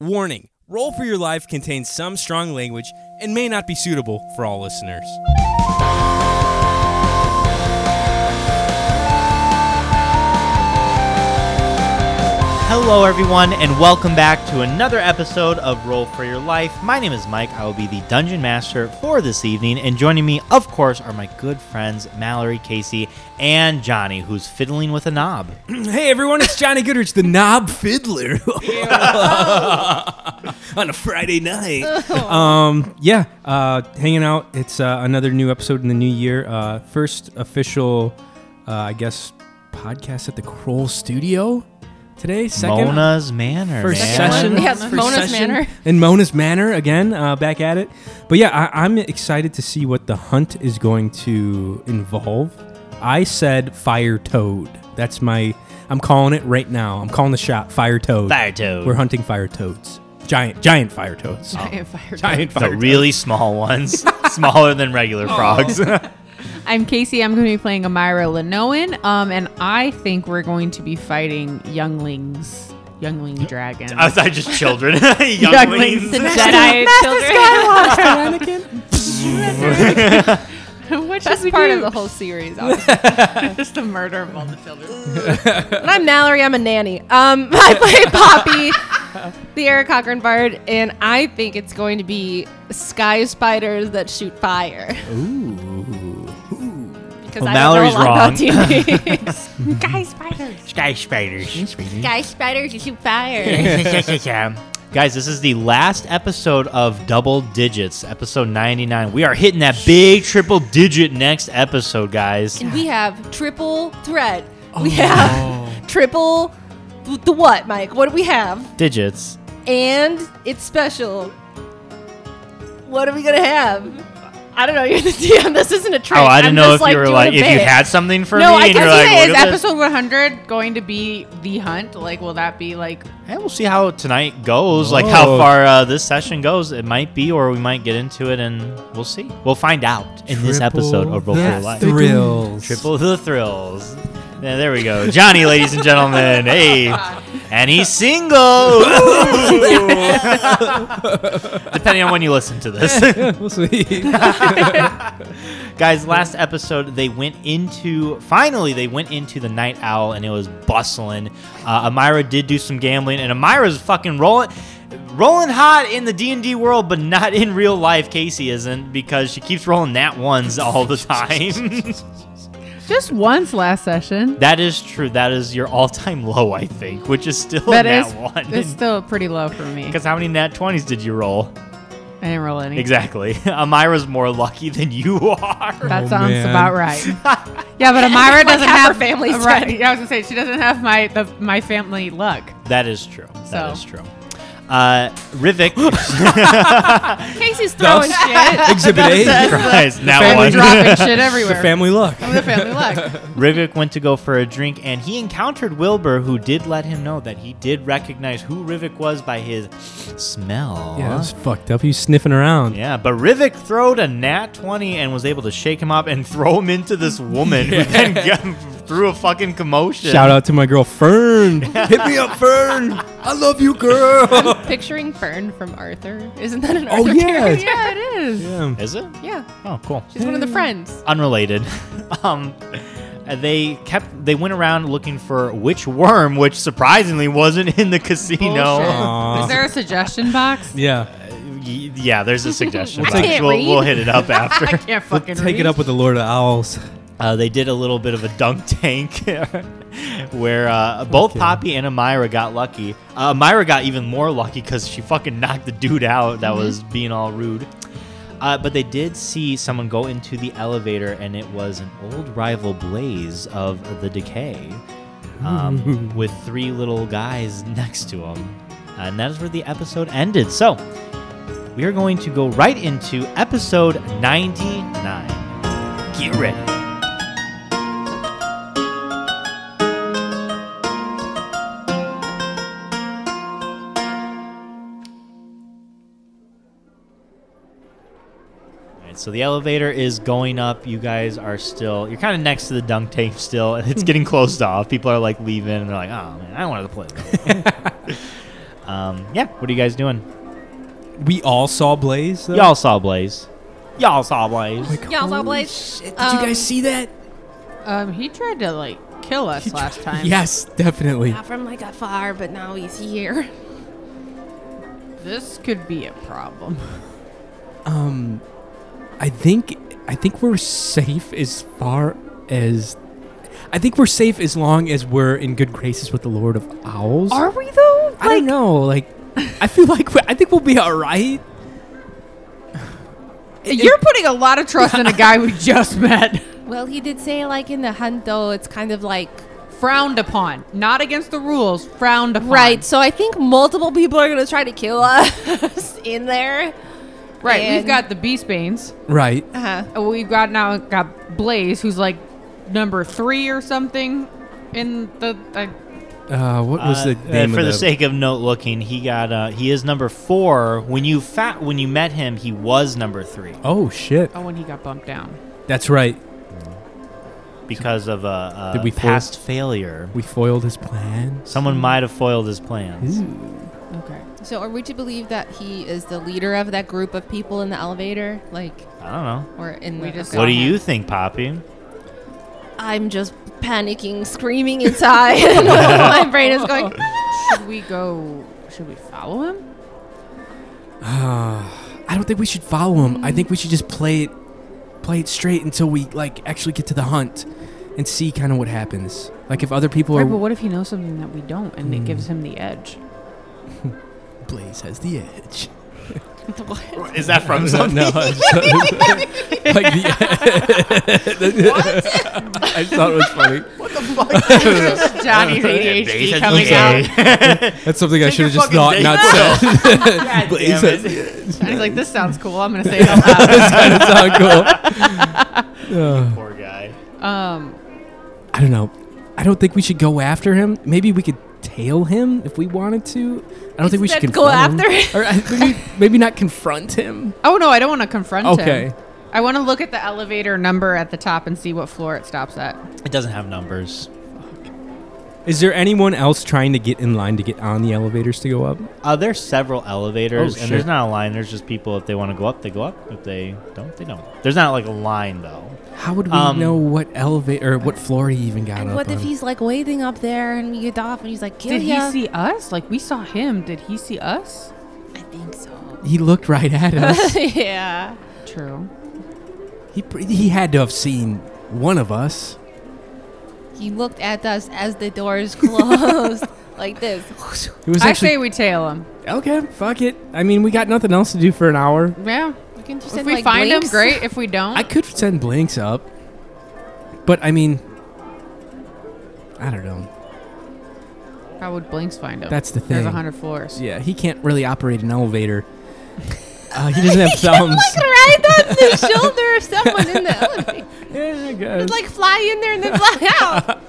Warning Roll for Your Life contains some strong language and may not be suitable for all listeners. Hello, everyone, and welcome back to another episode of Roll for Your Life. My name is Mike. I will be the dungeon master for this evening, and joining me, of course, are my good friends Mallory, Casey, and Johnny, who's fiddling with a knob. Hey everyone, it's Johnny Goodrich, the knob fiddler. On a Friday night. Um, yeah, uh, hanging out. It's uh, another new episode in the new year. Uh, first official, uh, I guess, podcast at the Kroll Studio today. Second. Mona's Manor. First man. session, Yeah, first Mona's session. Manor. in Mona's Manor again, uh, back at it. But yeah, I, I'm excited to see what the hunt is going to involve. I said fire toad. That's my. I'm calling it right now. I'm calling the shot fire toad. Fire toad. Oh, We're hunting fire toads. Giant, giant fire toads. Giant fire Giant The fire. really small ones, smaller than regular frogs. dog. I'm Casey. I'm going to be playing Amira Lenoan, um, and I think we're going to be fighting younglings, youngling dragons. I was like, just children. Younglings Uh, Younglings. and Jedi children. Which That's is part of the whole series. Obviously. just the murder of all the children. and I'm Mallory. I'm a nanny. Um, I play Poppy, the Eric Cochran bard, and I think it's going to be sky spiders that shoot fire Ooh. because Well, I Mallory's don't know a wrong. lot about TV. sky spiders. Sky spiders. Sky spiders that shoot fire. Guys, this is the last episode of Double Digits, episode 99. We are hitting that big triple digit next episode, guys. and we have triple threat. Oh, We have triple th- the what, Mike? What do we have? Digits. And it's special. What are we gonna have? I don't know. You're the DM. This isn't a trick. Oh, I didn't I'm know just, if you were doing like, a if you bit. had something for No, me, I and you're guess like, is "Look at this." episode 100 going to be the hunt? Like, will that be like? Hey, we'll see how tonight goes, like how Oh. far uh, this session goes. It might be, or we might get into it, and we'll see. We'll find out in this episode of Roll for Your Life. Thrills. Triple the thrills. Yeah, there we go. Johnny, ladies and gentlemen. Hey. And he's single. Depending on when you listen to this. we'll see. Guys, last episode, they went into, finally, they went into the night owl and it was bustling. Uh, Amira did do some gambling and Amira's fucking rolling. Rolling hot in the D and D world, but not in real life. Casey isn't because she keeps rolling that ones all the time. Just once last session. That is true. That is your all-time low, I think, which is still That nat is, it's one. still pretty low for me. Because how many nat twenties did you roll? I didn't roll any. Exactly. Amira's more lucky than you are. That Oh, sounds man. about right. yeah, but Amira doesn't half have her family's Right, dead. yeah, I was gonna say she doesn't have my the, my family luck. That is true. That So. is true. Uh, Rivik, Casey's throwing Those- shit. Exhibit A. Christ, now Family one. dropping shit The everywhere. family luck. I'm the family luck. Rivik went to go for a drink, and he encountered Wilbur, who did let him know that he did recognize who Rivik was by his smell. Yeah, that was fucked up. He was sniffing around. Yeah, but Rivik throwed a nat 20 and was able to shake him up and throw him into this woman who then got- threw a fucking commotion. Shout out to my girl Fern. Hit me up, Fern. I love you, girl. Picturing Fern from Arthur. Isn't that an Oh, Arthur yeah. character? yeah, it is. Yeah. Is it? Yeah. Oh, cool. She's one of the friends. Unrelated. um, they kept, they went around looking for which worm, which surprisingly wasn't in the casino. Aw. Is there a suggestion box? Yeah. Y- Yeah, there's a suggestion. We'll box. take- we'll, Can't we'll read. hit it up after. I can't fucking Take it up with the Lord of the Owls. Uh, they did a little bit of a dunk tank where uh, both Okay. Poppy and Amira got lucky. Uh, Amira got even more lucky because she fucking knocked the dude out that was being all rude. Uh, but they did see someone go into the elevator, and it was an old rival Blaze of the Decay um, with three little guys next to him. And that is where the episode ended. So we are going to go right into episode 99. Get ready. Alright, So the elevator is going up. You guys are still, you're kind of next to the dunk tank still, and it's getting closed off. People are like leaving, and they're like, "Oh man, I don't want to play." Um, yeah, what are you guys doing? We all saw Blaze. Though? Y'all saw Blaze. Y'all saw Blaze. Like, Y'all saw holy Blaze? shit, Did you Um, guys see that? Um, he tried to like kill us last time. Yes, definitely. Not from like afar, but now he's here. This could be a problem. Um, I think I think we're safe as far as I think we're safe as long as we're in good graces with the Lord of Owls. Are we though? I don't know. Like, I feel like we I think we'll be all right. You're putting a lot of trust in a guy we just met. Well, he did say like in the hunt though, it's kind of like Frowned upon. Not against the rules. Frowned upon. right. So I think multiple people are gonna try to kill us in there. Right. We've And- got the Beast Banes. Right. Uh-huh. Uh, We've got now got Blaze, who's like number three or something in the. I Uh, what was the Uh, uh, name for of the sake of note looking, he got uh, he is number four. When you fat when you met him, he was number three Oh shit. oh, when he got bumped down. That's right. because of a, uh Did we foil- Hmm. past failure. We foiled his plans. Someone might have foiled his plans. Okay. So are we to believe that he is the leader of that group of people in the elevator? Like I don't know. or in We the just okay. What do him. you think, Poppy? I'm just panicking, screaming inside. My brain is going should we go? Should we follow him? I don't think we should follow him. I think we should just play it, play it straight until we like actually get to the hunt, and see kind of what happens. Like if other people Right, are. but what if he knows something that we don't, and it gives him the edge? Blaze has the edge. Is that from no, like the. what? I thought it was funny. Johnny's ADHD coming out. That's something I Take should your have just fucking not day not said. off. God Blaze damn has it. the edge. Johnny's like, this sounds cool. I'm gonna say it out That's kind of sound cool. Uh, Poor guy. loud. Um, I don't know. I don't think we should go after him. Maybe we could tail him if we wanted to. I don't think we should Instead, go confront after him. Or uh, maybe, maybe not confront him. oh no, I don't want to confront him. Okay. I want to look at the elevator number at the top and see what floor it stops at. It doesn't have numbers. Is there anyone else trying to get in line to get on the elevators to go up? Uh, there's several elevators, Oh, and there's shit. not a line. There's just people. If they want to go up, they go up. If they don't, they don't. There's not like a line though. How would we Um, know what elevator or what floor he even got And up what if on? he's like waiting up there and we get off and he's like, kill Did ya? he see us? Like we saw him. Did he see us? I think so. He looked right at us. yeah. True. he pr- he had to have seen one of us. He looked at us as the doors closed like this. It was I actually say we tail him. okay. Fuck it. I mean, we got nothing else to do for an hour. Yeah. We can just If send, we like, find him, blinks. great. If we don't, I could send blinks up, but I mean, I don't know. how would Blinks find him? That's the There's a thing. hundred floors. Yeah, he can't really operate an elevator. Uh, he doesn't have thumbs. Right on the shoulder of someone in the elevator. yeah, I guess. It's like fly in there and then fly out.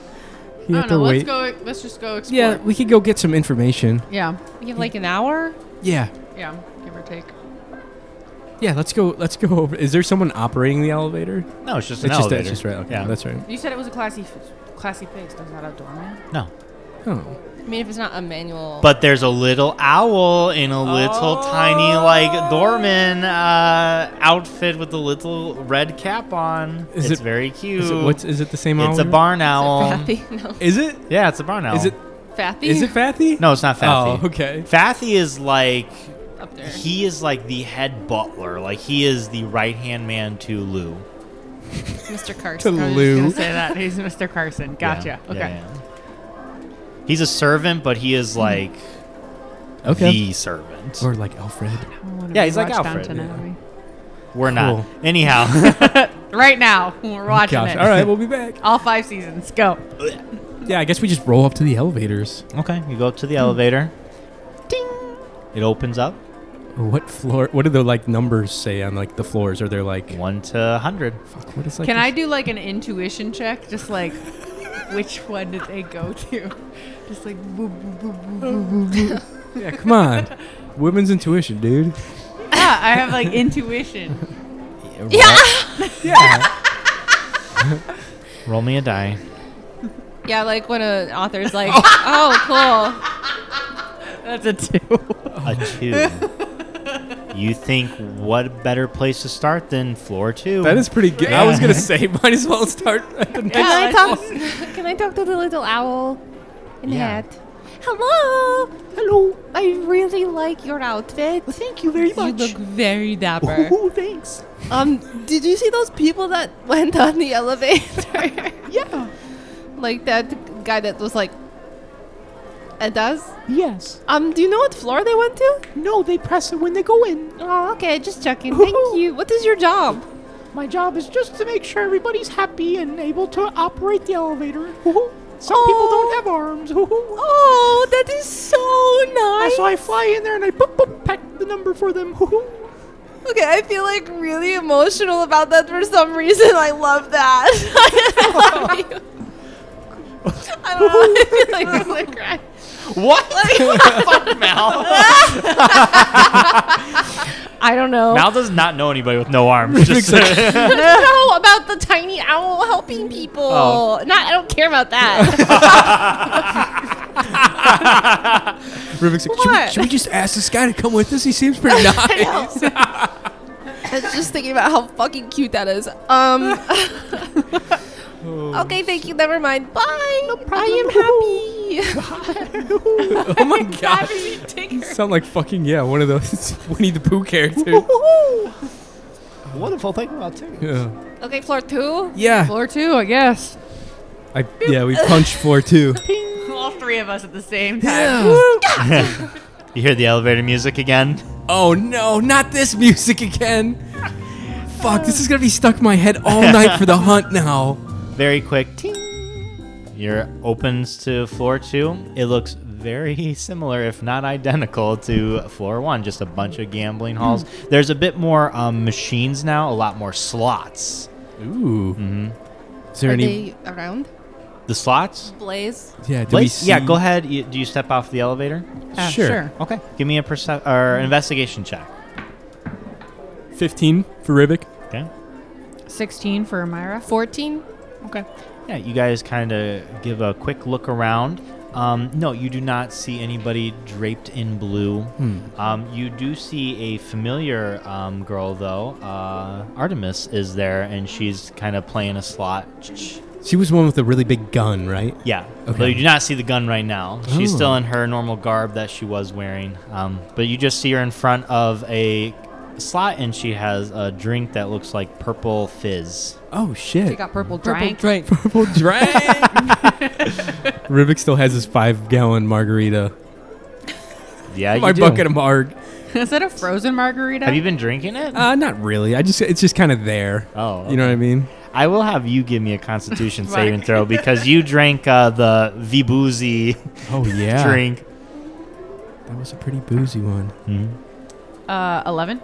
You I have to don't know. wait. Let's go. Let's just go explore. Yeah, we could go get some information. Yeah. We have like an hour. Yeah, Yeah. Give or take. yeah. Let's go. Let's go over. Is there someone operating the elevator? No, it's just it's an just elevator. that's just right. Okay, yeah, that's right. You said it was a classy, classy place. There's not a doorman. no. Oh, I mean, if it's not a manual. But there's a little owl in a little tiny like doorman uh, outfit with a little red cap on. Is it's it- very cute. is it what's is it the same? it's a elevator? barn owl. Fathy? No. Is it? Yeah, it's a barn owl. Is it? Fathy? Is it Fathy? No, it's not Fathy. Oh, okay. Fathy is like Up there. he is like the head butler. Like he is the right hand man to Lou. Mr. To Carson. I Lou. was gonna say that he's Mr. Carson. Gotcha. Yeah, okay. yeah, yeah. He's a servant, but he is like Hmm. Okay. the servant. Or like Alfred. I don't wanna Yeah, be he's like watched on Alfred, tonight. We're not. Cool. Anyhow, Right now, we're watching Gosh. it. All right, we'll be back. All five seasons. Go. Yeah, I guess we just roll up to the elevators. okay, you go up to Hmm. the elevator. Ding. It opens up What floor? What do the like numbers say on like the floors? Are there like one to hundred. fuck? What is like? Can this- I do like an intuition check? Just like, which one did they go to? Just like, boop, boop, boop, boop, boop, boop. Yeah, come on. Women's intuition, dude. yeah, Ah, I have like intuition. Yeah. Yeah. Roll me a die. Yeah, like when an author's like, oh, cool. That's a Oh two. A two. you think what better place to start than floor two? That is pretty good. I was gonna say, might as well start. At the Can next. I talk? Can I talk to the little owl in the Yeah. hat? Hello, hello. I really like your outfit. Thank you very You look very dapper. Ooh, thanks. Um, did you see those people that went on the elevator? yeah. Like that guy that was like, it does. Yes. Um, do you know what floor they went to? No, they press it when they go in. Ah, Oh, okay, just checking. Thank you. What is your job? My job is just to make sure everybody's happy and able to operate the elevator. Some people don't have arms. Oh, that is so nice. I fly in there and I boop, boop, pack the number for them. Okay, I feel like really emotional about that for some reason. I love that. I love you. I don't know. I feel like I'm gonna cry. what? Fuck Mal. I don't know. Mal does not know anybody with no arms. Just no, about the tiny owl helping people. Oh. Not, I don't care about that. Rubik's like, should, we, What? should we just ask this guy to come with us? He seems pretty nice. I was just thinking about how fucking cute that is. Um. okay, thank you. Never mind. Bye. No problem. I am happy. oh my god. You sound like fucking yeah, one of those Winnie the Pooh characters. Wonderful thing about too. yeah. okay, floor two. yeah. Floor two, I guess. I, yeah, we punched floor two. All three of us at the same You hear the elevator music again? Oh no, not this music again. Fuck, this is gonna be stuck in my head all night for the hunt now. Very quick. Ting. Your opens to floor two. It looks very similar, if not identical, to floor one. Just a bunch of gambling halls. There's a bit more um, machines now. A lot more slots. Ooh. Mm-hmm. Is there Are any? they around? The slots. Blaze. yeah. Do we Place? see? Yeah. Go ahead. You, do you step off the elevator? Ah, sure. Okay. Give me a percep or investigation check. Fifteen for Rubik. Okay. 16 for Amira. 14. Okay. Yeah, you guys kind of give a quick look around. Um, no, you do not see anybody draped in blue. Hmm. Um, you do see a familiar um, girl, though. Uh, Artemis is there, and she's kind of playing a slot. She was one with a really big gun, right? Yeah. Okay. But you do not see the gun right now. She's Oh. still in her normal garb that she was wearing. Um, but you just see her in front of a slot, and she has a drink that looks like purple fizz. Oh We shit. got purple drank. Purple drag. Rubik still has his five-gallon margarita. Yeah, you my do. bucket of marg. Is that a frozen margarita? Have you been drinking it? Uh, not really. I just it's just kind of there. Oh, You know what I mean? I will have you give me a Constitution Fuck. saving throw because you drank uh, the Viboozy Oh yeah. drink. That was a pretty boozy one. Mm-hmm. uh, 11.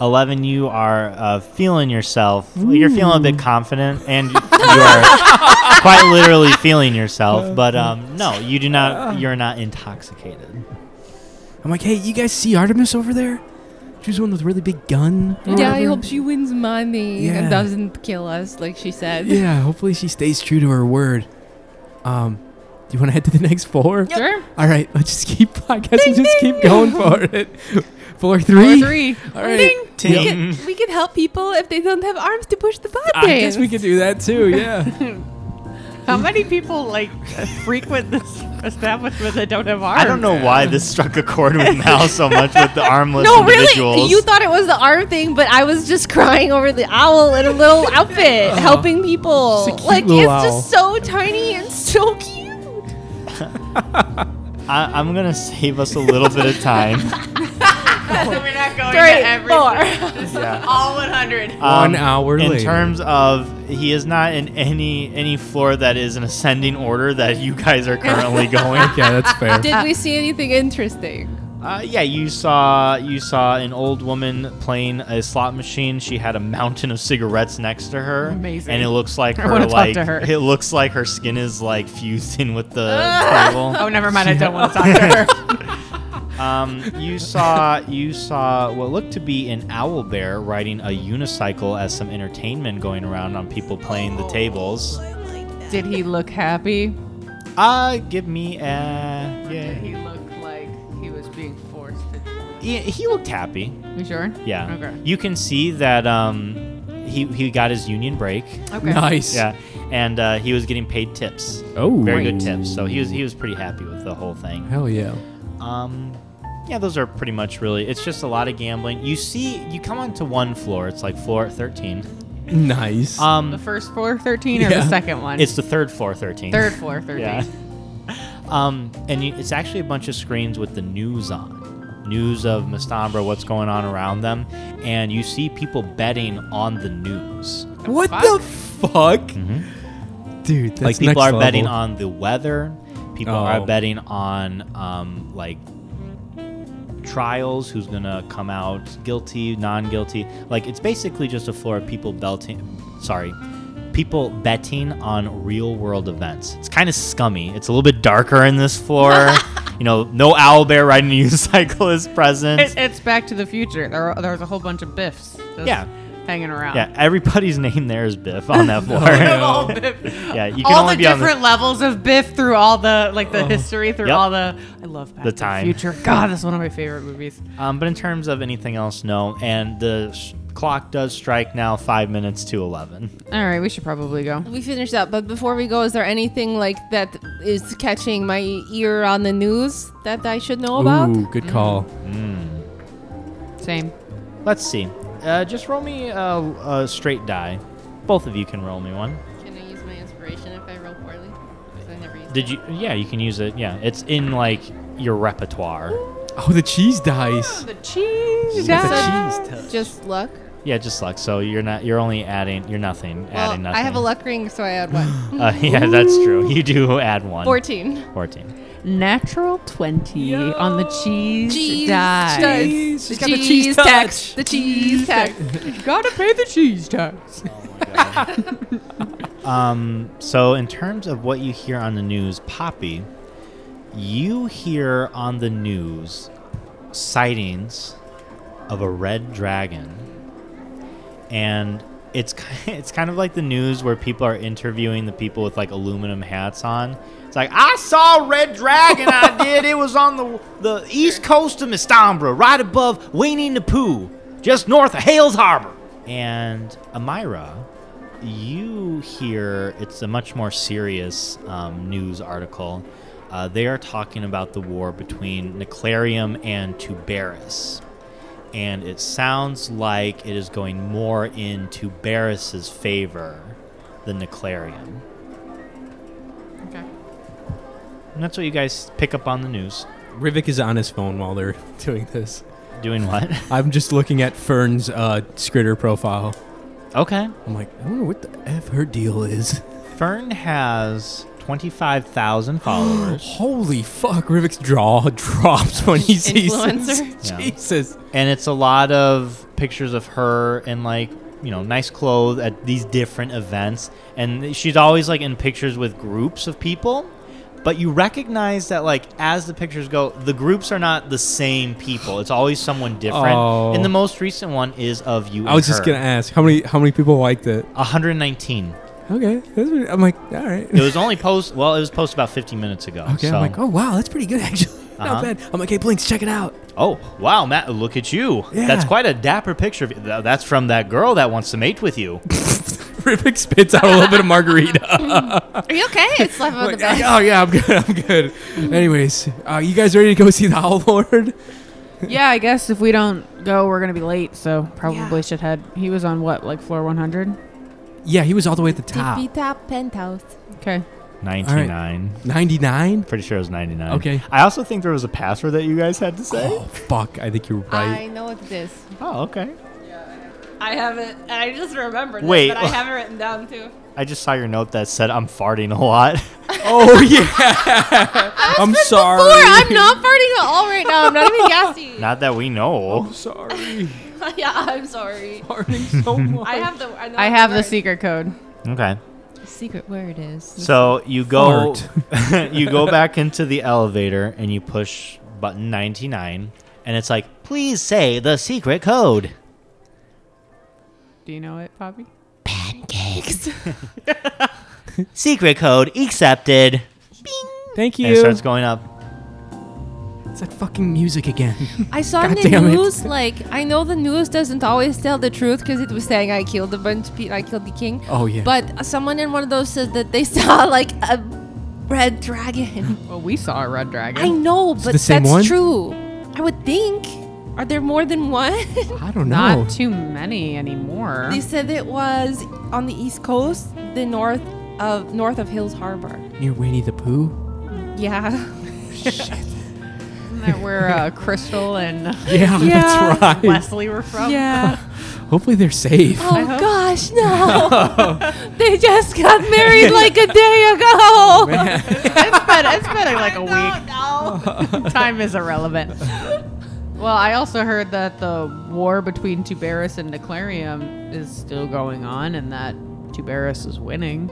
Eleven, you are uh, feeling yourself. You're feeling a bit confident, and you are quite literally feeling yourself. But um, no, you do not. You're not intoxicated. I'm like, hey, you guys see Artemis over there? She was one with a really big gun. or Yeah, I whatever." hope she wins money Yeah. and doesn't kill us, like she said. Yeah, hopefully she stays true to her word. Um, do you want to head to the next floor? Sure. All right, let's just keep. I guess we just keep going for it. Floor three. Floor three. All right. Ding. We Yep. could, we could help people if they don't have arms to push the buttons. I guess we could do that too. Yeah. How many people like frequent this establishment that don't have arms? I don't know why this struck a chord with Mal so much with the armless No, really. individuals. You thought it was the arm thing, but I was just crying over the owl in a little outfit, helping people. Just Uh-huh. a cute like it's little just so tiny and so cute. I, I'm gonna save us a little bit of time. We're not going Great, four. Yeah. All 100. One hour Um, in later. terms of he is not in any any floor that is an ascending order that you guys are currently going yeah, that's fair. Did we see anything interesting? uh, yeah you saw you saw an old woman playing a slot machine she had a mountain of cigarettes next to her Amazing. and it looks like I her wanna talk like to her. it looks like her skin is like fused in with the table Oh, never mind. I don't want to talk to her. Um, you saw you saw what looked to be an owl bear riding a unicycle as some entertainment going around on people playing the tables. Did he look happy? Uh, give me a yeah. look like he was he, he looked happy. You sure? Yeah. Okay. You can see that um, he he got his union break. Okay. Nice. Yeah, and uh, he was getting paid tips. Oh, Very good tips. So he was he was pretty happy with the whole thing. Hell yeah. Um, yeah, those are pretty much really. It's just a lot of gambling. You see, you come onto one floor. It's like floor thirteen. Nice. Uh, The Um, first floor 13 or Yeah. the second one? it's the third floor thirteen. third floor 13. Yeah. Um, and you, it's actually a bunch of screens with the news on, news of Mastambra, what's going on around them, and you see people betting on the news. what fuck? the fuck? Dude, that's Mm-hmm. like people next are level. betting on the weather people Oh. are betting on um, like trials who's gonna come out guilty non-guilty like it's basically just a floor of people belting sorry people betting on real world events it's kind of scummy it's a little bit darker in this floor you know no owlbear riding a unicycle is present It, it's Back to the Future. There, there was a whole bunch of Biffs just Yeah. hanging around. yeah everybody's name there is biff on that floor all Biff. yeah you can all only the be on the different levels of Biff through all the like the history through Oh. Yep. all the I love Back The to time. the Future. God, that's one of my favorite movies. Um, but in terms of anything else, no. And the s clock does strike now five minutes to 11. All right, we should probably go. We finished up, but before we go, is there anything like that is catching my ear on the news that I should know about? Mm. Ooh, good call. Same. Let's see. Uh, just roll me a, a straight die. Both of you can roll me one. Can I use my inspiration if I roll poorly? Because I never use Did you? Yeah, you can use it. Yeah, it's in like your repertoire. Oh, the cheese dice. The cheese. The cheese dice. Just luck. Yeah, just luck. So you're not. You're only adding. You're nothing. Well, adding nothing. I have a luck ring, so I add one. Uh, yeah, that's true. You do add one. Fourteen. Fourteen. Natural 20 on the cheese, Cheese die. dice. She's The cheese tax. The cheese tax. Gotta pay the cheese tax. Um, so, in terms of what you hear on the news, Poppy, you hear on the news sightings of a red dragon, and it's ki- it's kind of like the news where people are interviewing the people with like aluminum hats on. It's like I saw a red dragon. I did. It was on the the east coast of Mistambra, right above Weenie Napoo, just north of Hales Harbor. And Amira, you hear it's a much more serious um, news article. Uh, they are talking about the war between Neclarium and Tuberis. And it sounds like it is going more in Tuberis's favor than Neclarium. Okay. And that's what you guys pick up on the news. Rivik is on his phone while they're doing this. Doing what? I'm just looking at Fern's uh, Skritter profile. okay. I'm like, I wonder what the f her deal is. Fern has 25,000 followers. Holy fuck! Rivik's jaw drops when he sees this. Influencer. Yeah. Jesus. and it's a lot of pictures of her in like you know nice clothes at these different events and she's always like in pictures with groups of people but you recognize that like as the pictures go the groups are not the same people it's always someone different Oh. and the most recent one is of you I was just gonna ask how many how many people liked it. 119 Okay, that's what- I'm like, all right. it was only post well it was posted about 15 minutes ago Okay, so. I'm like, oh wow, that's pretty good actually. Uh-huh. Not bad. I'm like, hey, Blinks, check it out. Oh, wow, Matt, look at you. Yeah. That's quite a dapper picture. Of you. Th- That's from that girl that wants to mate with you. Rivik spits out a little bit of margarita. Are you okay? It's left on the Like, back. oh yeah, I'm good. I'm good. Anyways, uh, you guys ready to go see the Owl Lord? Yeah, I guess if we don't go, we're gonna be late. So probably should head. He was on what, like floor 100? Yeah, he was all the way at the top. Tippy top penthouse. Okay. 99. 99. Pretty sure it was 99. Okay. I also think there was a password that you guys had to say. Oh fuck! I think you're right. I know what it is. Oh, okay. I haven't. I just remembered. it, Wait. but I have it written down too. I just saw your note that said I'm farting a lot. oh yeah. I'm sorry. Four. I'm not farting at all right now. I'm not even gassy. Not that we know. sorry. yeah, I'm sorry. Farting so much. I have the. I, know I what have the word- secret code. Okay. secret word is. So you go you go back into the elevator and you push button 99 and it's like, "Please say the secret code." Do you know it, Poppy? Pancakes. Secret code accepted. Thank And it you. starts going up. It's that fucking music again. I saw God in the damn it. news, like I know the news doesn't always tell the truth because it was saying I killed a bunch of people, I killed the king. Oh, yeah. But someone in one of those said that they saw like a red dragon. Well, we saw a red dragon. I know, but the same that's one? true. I would think. Are there more than one? I don't know. Not too many anymore. they said it was on the east coast, the north of north of Hills Harbor. Near Winnie the Pooh. Yeah. Isn't that where uh, Crystal and Yeah, Yeah. that's right. Leslie were from? Yeah. Hopefully they're safe. Oh gosh, no. they just got married like a day Oh, ago. It's been, it's been like a week. Time is irrelevant. Well, I also heard that the war between Tuberis and Declarium is still going on and that Tuberis is winning.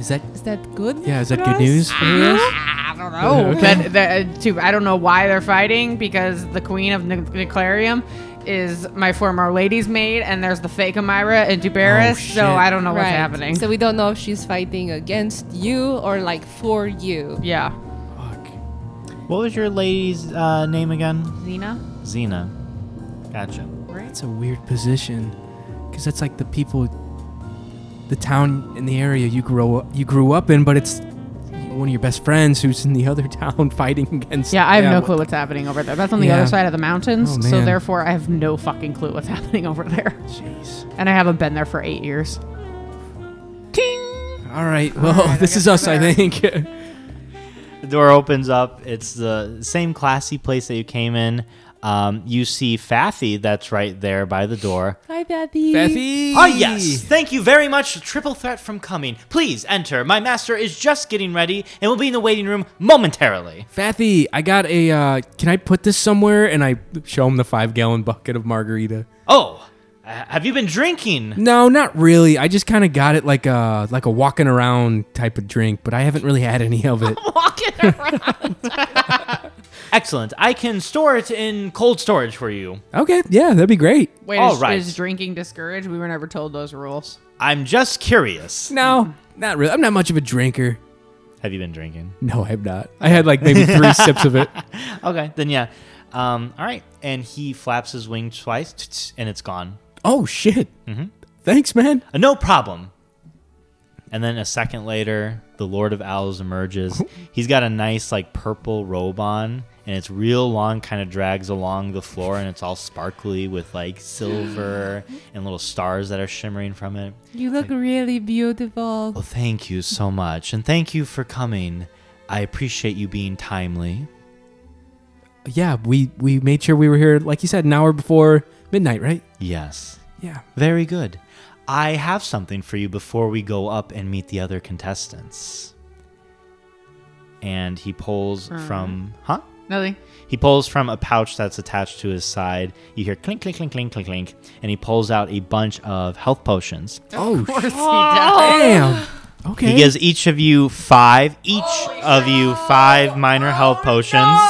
Is that Is that good? yeah? Is that for good us? news for you? Uh-huh. I don't know. Okay. That, that, to, I don't know why they're fighting because the queen of Nic- Niclarium is my former lady's maid, and there's the fake Amira and Tuberis, Oh, shit. so I don't know what's happening. So we don't know if she's fighting against you or like for you. yeah. Fuck. What was your lady's uh, name again? Xena? Xena. Gotcha. That's a weird position, because that's like the people, the town in the area you grow up, you grew up in, but it's one of your best friends who's in the other town fighting against. Yeah, I have no what- clue what's happening over there. That's on the Yeah. other side of the mountains, Oh, so man. therefore I have no fucking clue what's happening over there. Jeez. And I haven't been there for eight years. All right. Well, this is us, I think. The door opens up. It's the same classy place that you came in. Um, you see Fathi that's right there by the door. Hi, Bappy. Ah, yes. Thank you very much, Triple Threat, from coming. Please enter. My master is just getting ready and will be in the waiting room momentarily. Fathy, I got a. Uh, can I put this somewhere? And I show him the five gallon bucket of margarita. Oh, uh, have you been drinking? No, not really. I just kind of got it like a like a walking around type of drink, but I haven't really had any of it. Excellent. I can store it in cold storage for you. okay, yeah, that'd be great. Wait, All is, right. is drinking discouraged? We were never told those rules. I'm just curious. No, not really. I'm not much of a drinker. Have you been drinking? No, I have not. I had like maybe three sips of it. Okay, then yeah. Um, all right. And he flaps his wing twice, tsk, and it's gone. Oh shit! Thanks, man. Uh, no problem. And then a second later, the Lord of Owls emerges. He's got a nice, like, purple robe on, and it's real long, kind of drags along the floor, and it's all sparkly with, like, silver and little stars that are shimmering from it. You look really beautiful. Well, thank you so much, and thank you for coming. I appreciate you being timely. Yeah, we we made sure we were here, like you said, an hour before midnight, right? Yes. Yeah. Very good. I have something for you before we go up and meet the other contestants. And he pulls from, huh? Nothing. He pulls from a pouch that's attached to his side. You hear clink, clink, clink, clink, clink, clink, and he pulls out a bunch of health potions. Oh shit. Oh, damn. Okay. He gives each of you five, each of you five minor health potions.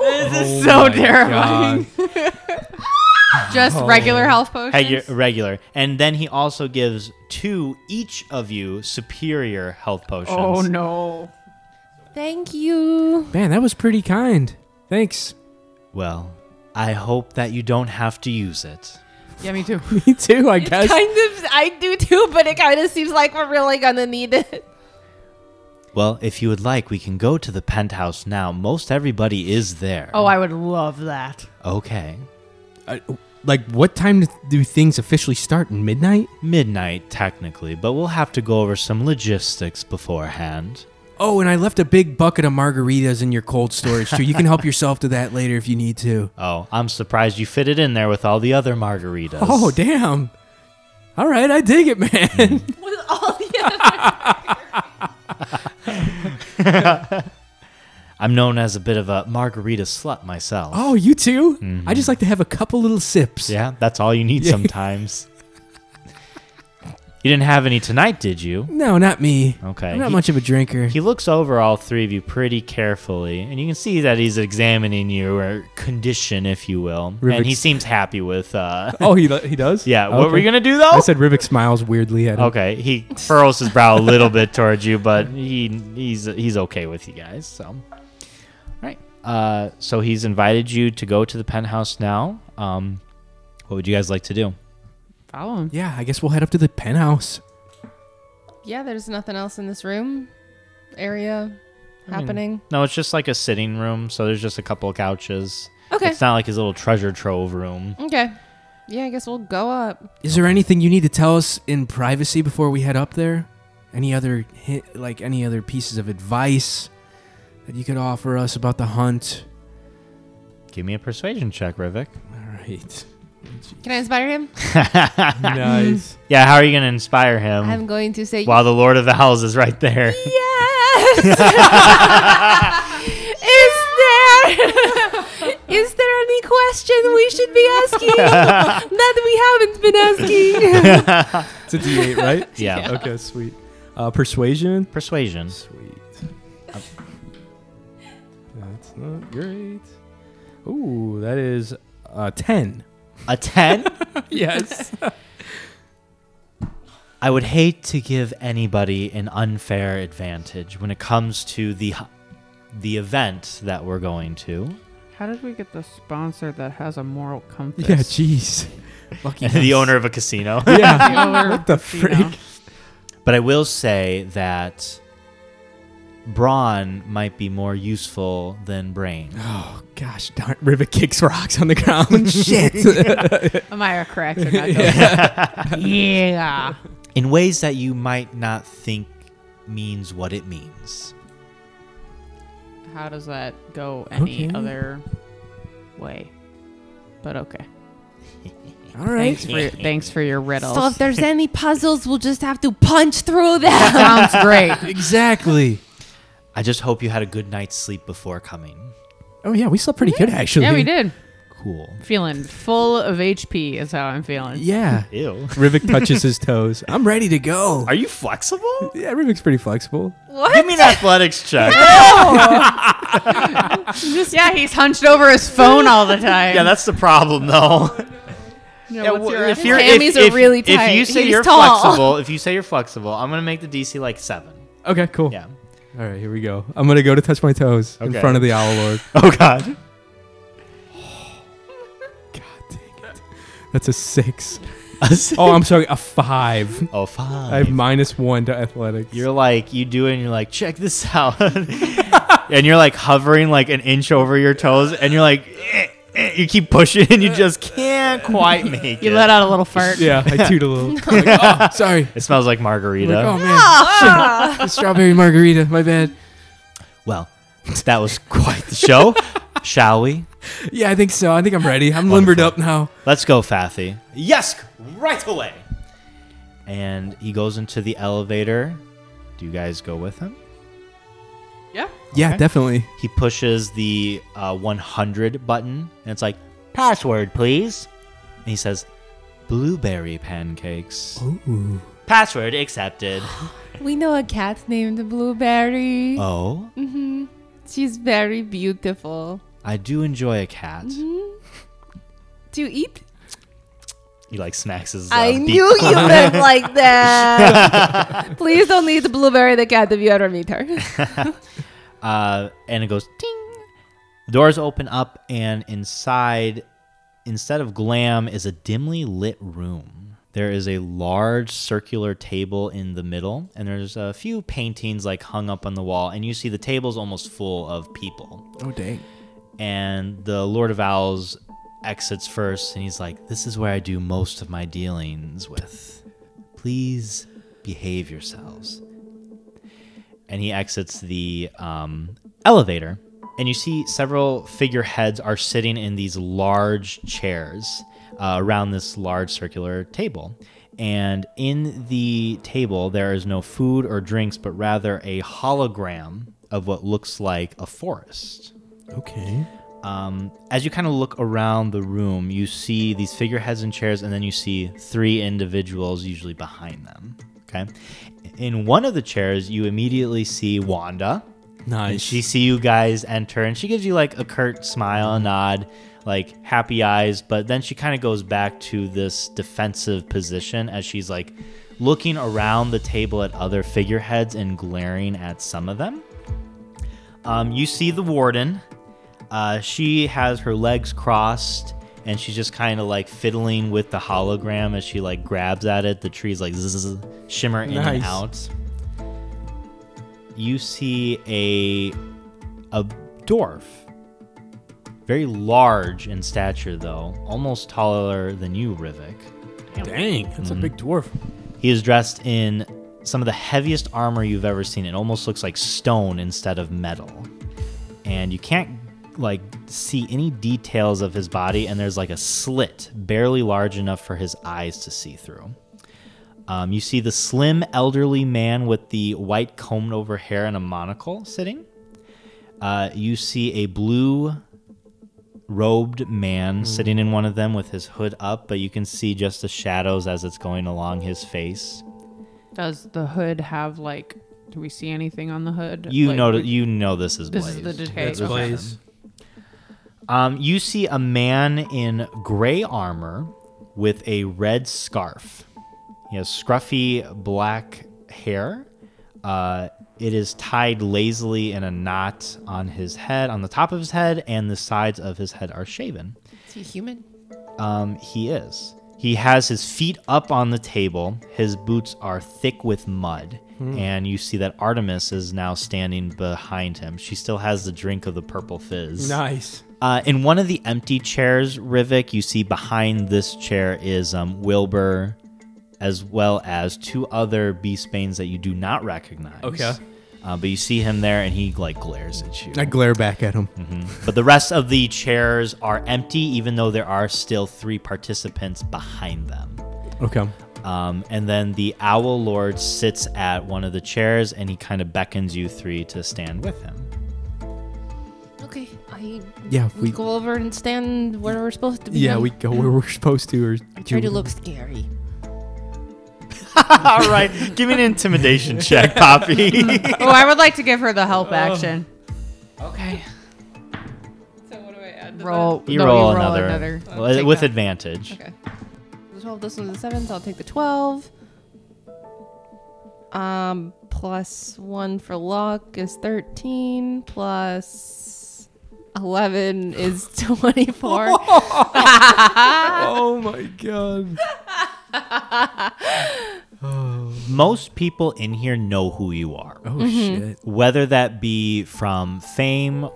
this is so terrifying. Just Oh. regular health potions. Regu- regular. And then he also gives two each of you superior health potions. Oh no. Thank you. Man, that was pretty kind. Thanks. Well, I hope that you don't have to use it. Yeah, me too. Me too, I guess. Kind of, I do too, but it kind of seems like we're really gonna need it. Well, if you would like, we can go to the penthouse now. Most everybody is there. Oh, I would love that. Okay. Uh, like, what time do things officially start? Midnight? Midnight, technically, but we'll have to go over some logistics beforehand. Oh, and I left a big bucket of margaritas in your cold storage too. You can help yourself to that later if you need to. Oh, I'm surprised you fit it in there with all the other margaritas. Oh, damn. All right, I dig it, man. With all the I'm known as a bit of a margarita slut myself. oh, you too? I just like to have a couple little sips. Yeah, that's all you need sometimes. you didn't have any tonight, did you? No, not me. Okay. I'm not He- much of a drinker. He looks over all three of you pretty carefully, and you can see that he's examining your condition, if you will. And he Rivix- seems happy with. Uh, oh, he, he does? yeah, what were you gonna do though? I said Rivik smiles weirdly at him. okay, he furrows his brow a little bit towards you, but he he's he's okay with you guys. So, all right. Uh, so he's invited you to go to the penthouse now. Um, what would you guys like to do? Follow him. Yeah, I guess we'll head up to the penthouse. Yeah, there's nothing else in this room area happening. No, it's just like a sitting room. So there's just a couple of couches. Okay. It's not like his little treasure trove room. Okay. Yeah, I guess we'll go up. Is there anything you need to tell us in privacy before we head up there? Any other hit, like any other pieces of advice that you could offer us about the hunt? Give me a persuasion check, Rivik. All right. Can I inspire him? nice. Yeah, how are you going to inspire him Um, I'm going to say while the Lord of the Hells is right there? yes. is there is there any question we should be asking that we haven't been asking? It's a D8, right? Yeah. Okay, sweet. Uh, persuasion. Persuasion. Sweet. That's not great. Ooh, that is uh, 10. A 10? Yes. I would hate to give anybody an unfair advantage when it comes to the the event that we're going to. How did we get the sponsor that has a moral compass? yeah, jeez. Lucky the us. owner of a casino. Yeah. what the You know? frick? But I will say that brawn might be more useful than brain. Oh, gosh darn. Rivet kicks rocks on the ground. Shit. Amira cracks her knuckles. yeah. In ways that you might not think means what it means. How does that go any Okay. other way? But okay. All right. Thanks for thanks for your riddles. So if there's any puzzles, we'll just have to punch through them. Sounds great. Exactly. I just hope you had a good night's sleep before coming. Oh, yeah, we slept pretty good, actually. yeah, we did. Cool. Feeling full of HP is how I'm feeling. Yeah. Ew. Rivik touches his toes. I'm ready to go. Are you flexible? Yeah, Rivik's pretty flexible. Give me an athletics check. yeah, he's hunched over his phone all the time. yeah, that's the problem though. Yeah, what's wh- your if you're, His if, hammies are if- really If you tight. say He's you're tall. flexible, if you say you're flexible, I'm gonna make the DC like seven. Okay, cool. Yeah. All right, here we go. I'm going to go to touch my toes Okay. in front of the Owl Lord. Oh God. God dang it. That's a six. oh, Oh, I'm sorry, a five. oh fine. I have minus one to athletics. You're like you do it and you're like, check this out. and you're like hovering like an inch over your toes and you're like eh, eh, you keep pushing and you just can't quite make you it. let out a little fart. yeah, I toot a little. Like, oh, sorry. It smells like margarita. Like, oh man, Ah! Shit. The strawberry margarita. My bad. Well, that was quite the show. Shall we? Yeah, I think so. I think I'm ready. I'm limbered up now. Let's go, Fathy. Yes, right away. And he goes into the elevator. Do you guys go with him? Yeah. Yeah, Okay. definitely. He pushes the uh, 100 button, and it's like, password, please. And he says, blueberry pancakes. Ooh. Password accepted. We know a cat named Blueberry. oh, She's very beautiful. I do enjoy a cat. To eat? He like smacks his. Uh, I beak. knew you meant like that. Please don't eat Blueberry the cat if you ever meet her. uh, and it goes ting. The doors open up, and inside, instead of glam, is a dimly lit room. There is a large circular table in the middle, and there's a few paintings like hung up on the wall, and you see the table's almost full of people. Oh dang. And the Lord of Owls exits first, and he's like, This is where I do most of my dealings with. Please behave yourselves and he exits the um, elevator. And you see several figureheads are sitting in these large chairs uh, around this large circular table. And in the table, there is no food or drinks, but rather a hologram of what looks like a forest. Okay. Um, as you kind of look around the room, you see these figureheads and chairs, and then you see three individuals usually behind them. Okay. In one of the chairs, you immediately see Wanda. And Nice. she see you guys enter, and she gives you like a curt smile, a nod, like happy eyes. But then she kind of goes back to this defensive position as she's like looking around the table at other figureheads and glaring at some of them. Um, you see the warden, Uh, she has her legs crossed and she's just kind of like fiddling with the hologram as she like grabs at it. The trees like zzz, shimmer in and Nice. out. You see a a dwarf, very large in stature though, almost taller than you, Rivik. Dang, that's a big dwarf. He is dressed in some of the heaviest armor you've ever seen. It almost looks like stone instead of metal. And you can't like see any details of his body and there's like a slit barely large enough for his eyes to see through. Um, you see the slim elderly man with the white combed over hair and a monocle sitting. Uh, you see a blue robed man sitting in one of them with his hood up, but you can see just the shadows as it's going along his face. Does the hood have like? Do we see anything on the hood? You Like, know, you know this is This Blaze. is the decay. This is him. Um, you see a man in gray armor with a red scarf. He has scruffy black hair. Uh, it is tied lazily in a knot on his head, on the top of his head, and the sides of his head are shaven. Is he human? Um, he is. He has his feet up on the table. His boots are thick with mud. And you see that Artemis is now standing behind him. She still has the drink of the purple fizz. Nice. Uh, in one of the empty chairs, Rivik, you see behind this chair is um, Wilbur, as well as two other Beastbanes that you do not recognize. Okay. Uh, but you see him there, and he like glares at you. I glare back at him. But the rest of the chairs are empty, even though there are still three participants behind them. Okay. Um, and then the Owl Lord sits at one of the chairs, and he kind of beckons you three to stand with him. Okay, I Yeah, if we we go over and stand where we're supposed to be. yeah then. we go where we're supposed to. Or I try to look scary. All right, give me an intimidation check, Poppy. Oh, I would like to give her the Oh. help action. Okay. So what do I add? to Roll. You no, roll, you another, I'll Well, take with that. advantage. Okay. The 12, this one's a 7, so I'll take the 12. Um, plus 1 for luck is 13, plus 11 is 24. oh my god. Most people in here know who you are, Oh Mm-hmm. shit. whether that be from fame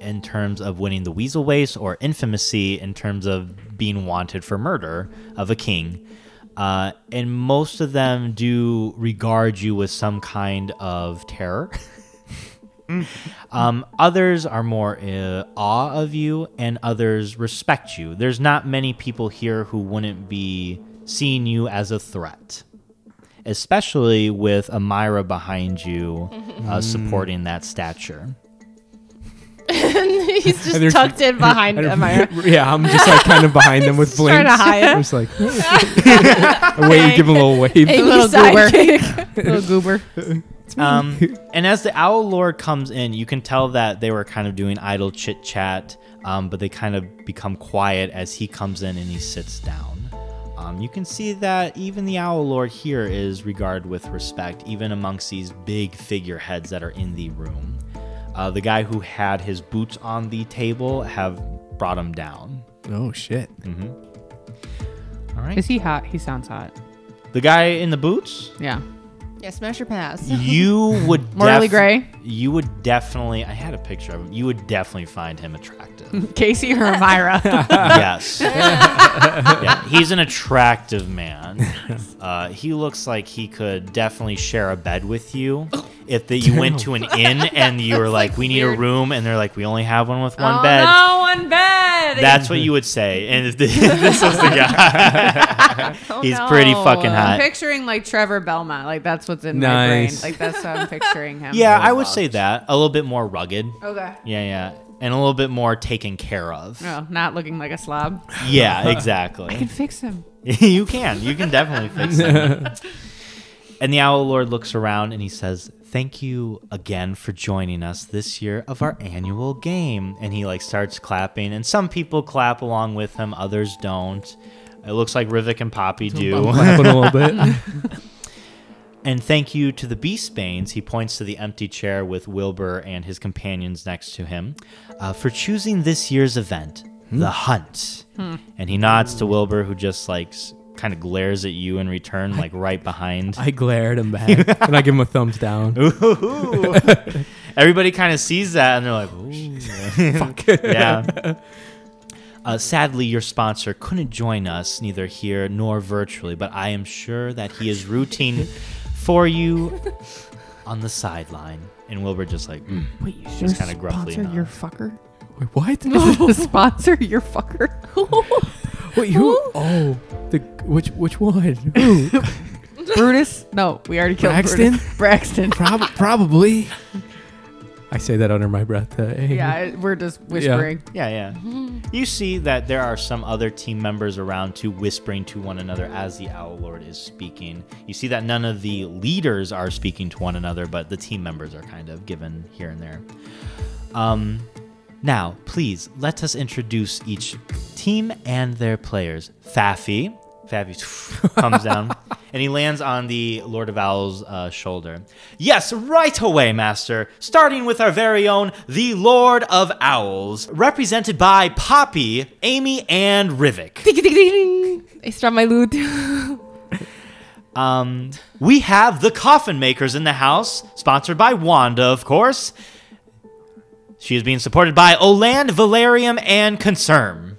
in terms of winning the Weasel Waste or infamacy in terms of being wanted for murder of a king. Uh, and most of them do regard you with some kind of terror. Um, others are more uh, awe of you, and others respect you. There's not many people here who wouldn't be seeing you as a threat, especially with Amira behind you uh, supporting that stature. and he's just there's- tucked in behind I don't- Amira. yeah, I'm just like kind of behind them with trying blinks. to hide. I'm just like a wave, give 'em a little wave. Amy little sidekick. Little goober. Um, and as the owl lord comes in, you can tell that they were kind of doing idle chit chat, um, but they kind of become quiet as he comes in and he sits down. Um, you can see that even the owl lord here is regarded with respect, even amongst these big figureheads that are in the room. Uh, the guy who had his boots on the table have brought him down. Oh shit. All right. Is he hot? He sounds hot. The guy in the boots, Yeah. Yeah, smash your pass. you would Morally gray? You would definitely. I had a picture of him. You would definitely find him attractive. Casey or Myra? yes. yeah, he's an attractive man. Uh, he looks like he could definitely share a bed with you. If that you went to an inn and you were like, "We need a room," and they're like, "We only have one with Oh, one bed." No one bed. That's what you would say. And if this, this was the guy, he's pretty no. fucking hot. I'm picturing like Trevor Belmont. Like that's what's in Nice. my brain. Like that's how I'm picturing him. Yeah, I would say that. A little bit more rugged. Okay. Yeah, yeah. And a little bit more taken care of. No, not looking like a slob. Yeah, exactly. can fix him. you can. You can definitely fix it. and the Owl Lord looks around and he says, Thank you again for joining us this year of our annual game. And he like starts clapping, and some people clap along with him, others don't. It looks like Rivik and Poppy do. Clapping a little bit. And thank you to the Beastbanes, he points to the empty chair with Wilbur and his companions next to him, uh, for choosing this year's event, The Hunt. And he nods to Wilbur, who just like kind of glares at you in return, like right behind. I glared him back and I give him a thumbs down. Ooh. Everybody kind of sees that and they're like, Ooh. yeah. Uh, sadly, your sponsor couldn't join us, neither here nor virtually, but I am sure that he is rooting for you on the sideline. And Wilbur just like, mm, Wait, you just kind of gruffly. sponsor nod. your fucker. Wait, what? Sponsor your fucker. Wait, who? Oh, the which which one? Who? Brutus? No, we already killed Braxton? Brutus. Braxton. Prob- probably. I say that under my breath. uh, hey. Yeah, I- we're just whispering. Yeah, yeah. You see that there are some other team members around too, whispering to one another as the Owl Lord is speaking. You see that none of the leaders are speaking to one another, but the team members are kind of given here and there. Um, now, please let us introduce each team and their players. Faffy, Faffy comes down, and he lands on the Lord of Owls' uh, shoulder. Yes, right away, Master. Starting with our very own, the Lord of Owls, represented by Poppy, Amy, and Rivik. I strap my loot. Um, we have the Coffin Makers in the house, sponsored by Wanda, of course. She is being supported by Oland, Valerium, and Concern.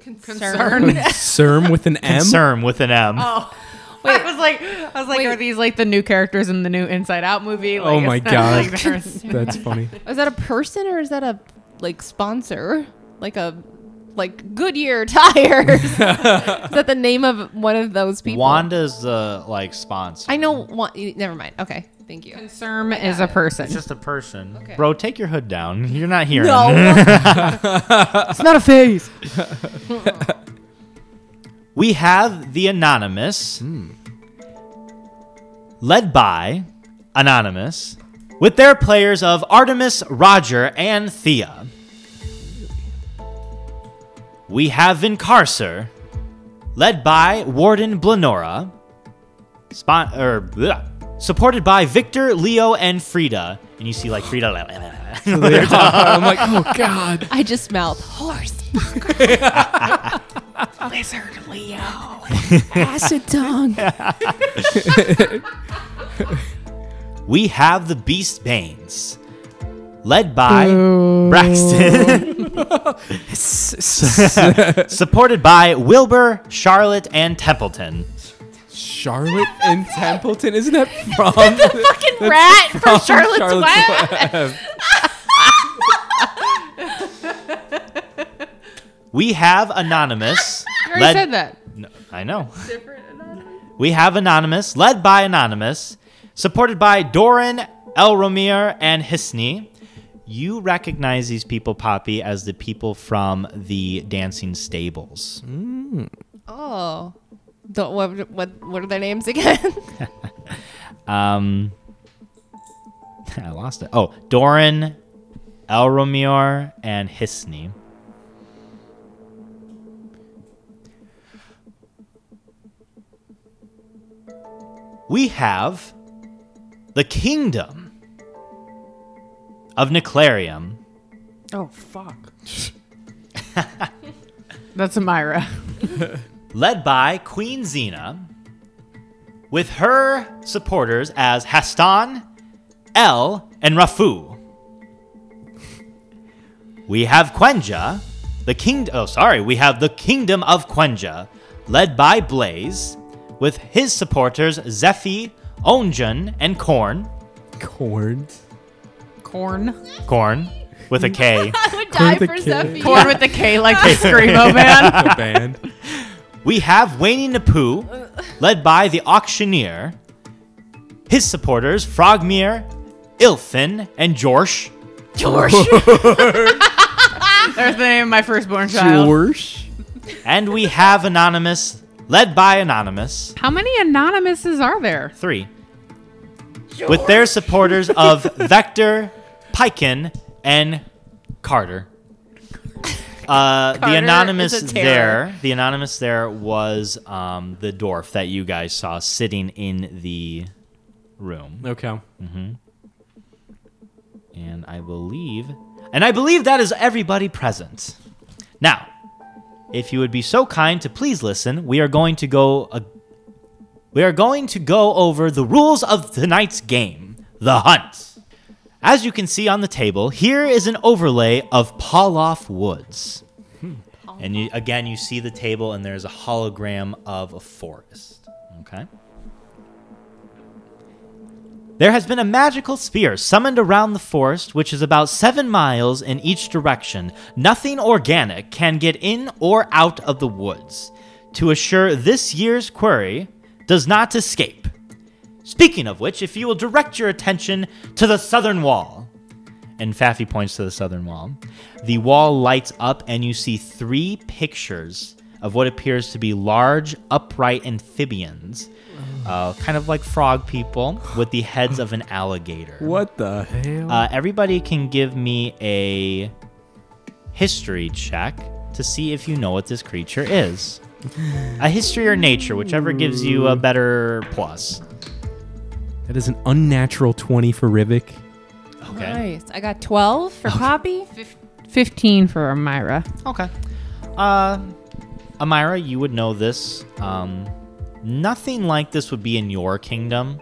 Concerned. Oh. Serm with an M. Concern with an M. Oh, I was like, I was like, are these like the new characters in the new Inside Out movie? Like, Oh my it's not God. like they're- That's funny. Is that a person or is that a like sponsor? Like a like Goodyear tires? is that the name of one of those people? Wanda's the like sponsor. I know. Wa- never mind. Okay, thank you. Concern is a person. It's just a person. Okay. Bro, take your hood down. You're not hearing. it's not a phase. We have the Anonymous, led by Anonymous, with their players of Artemis, Roger, and Thea. We have Vincarcer, led by Warden Blenora, spon- er, bleh, supported by Victor, Leo, and Frida. And you see, like, Frida, like, I'm like, oh god. I just mouth horse. Acid tongue. we have the Beast Banes, led by Braxton, supported by Wilbur, Charlotte, and Templeton. Charlotte and Templeton, isn't that from the Fucking rat from Charlotte's, Web. Web? We have Anonymous. You already led- said that. No, I know. We have Anonymous, led by Anonymous, supported by Doran, Elromir, and Hisni. You recognize these people, Poppy, as the people from the Dancing Stables. Oh, don't, what, what what are their names again? Um, I lost it. Oh, Doran, Elromior, and Hisni. We have the kingdom of Niclarium. Oh fuck. That's Amira. led by Queen Xena, with her supporters as Hastan, El, and Rafu. We have Quenja, the king. Oh, sorry. We have the Kingdom of Quenja, led by Blaze, with his supporters Zephi, Onjun, and Korn. Corn. Corn. Korn, with a K. I would die the for kid. Zephy. Corn with the K like the Screamo man. The band. We have Wayne Napu, Uh. led by the auctioneer. His supporters, Frogmere, Ilfin, and Jorsh. There's the name of my firstborn child. George. And we have Anonymous, led by Anonymous. How many anonymouses are there? Three. With their supporters of Vector, Pikin, and Carter. Uh, the anonymous is a terror. there, the anonymous there was um, the dwarf that you guys saw sitting in the room. Okay. And I believe, and I believe that is everybody present. Now, if you would be so kind to please listen, we are going to go. A, we are going to go over the rules of tonight's game, the hunt. As you can see on the table, here is an overlay of Paloff Woods. And you, again, you see the table, and there's a hologram of a forest. Okay. There has been a magical spear summoned around the forest, which is about seven miles in each direction. Nothing organic can get in or out of the woods to assure this year's quarry does not escape. Speaking of which, if you will direct your attention to the southern wall. And Faffy points to the southern wall. The wall lights up, and you see three pictures of what appears to be large, upright amphibians, uh, kind of like frog people, with the heads of an alligator. What the hell? Uh, everybody can give me a history check to see if you know what this creature is. A history or nature, whichever gives you a better plus. That is an unnatural 20 for Rivik. Okay. Nice. I got 12 for Poppy. 15 for Amira. Okay. Uh, Amira, you would know this. Um, nothing like this would be in your kingdom,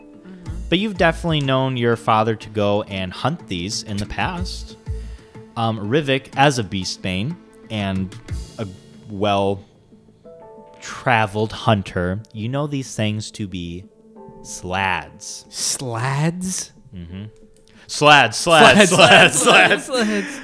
but you've definitely known your father to go and hunt these in the past. Um, Rivik, as a beastbane and a well traveled hunter, you know these things to be slads. Slads? Slads, slads, slads, slads.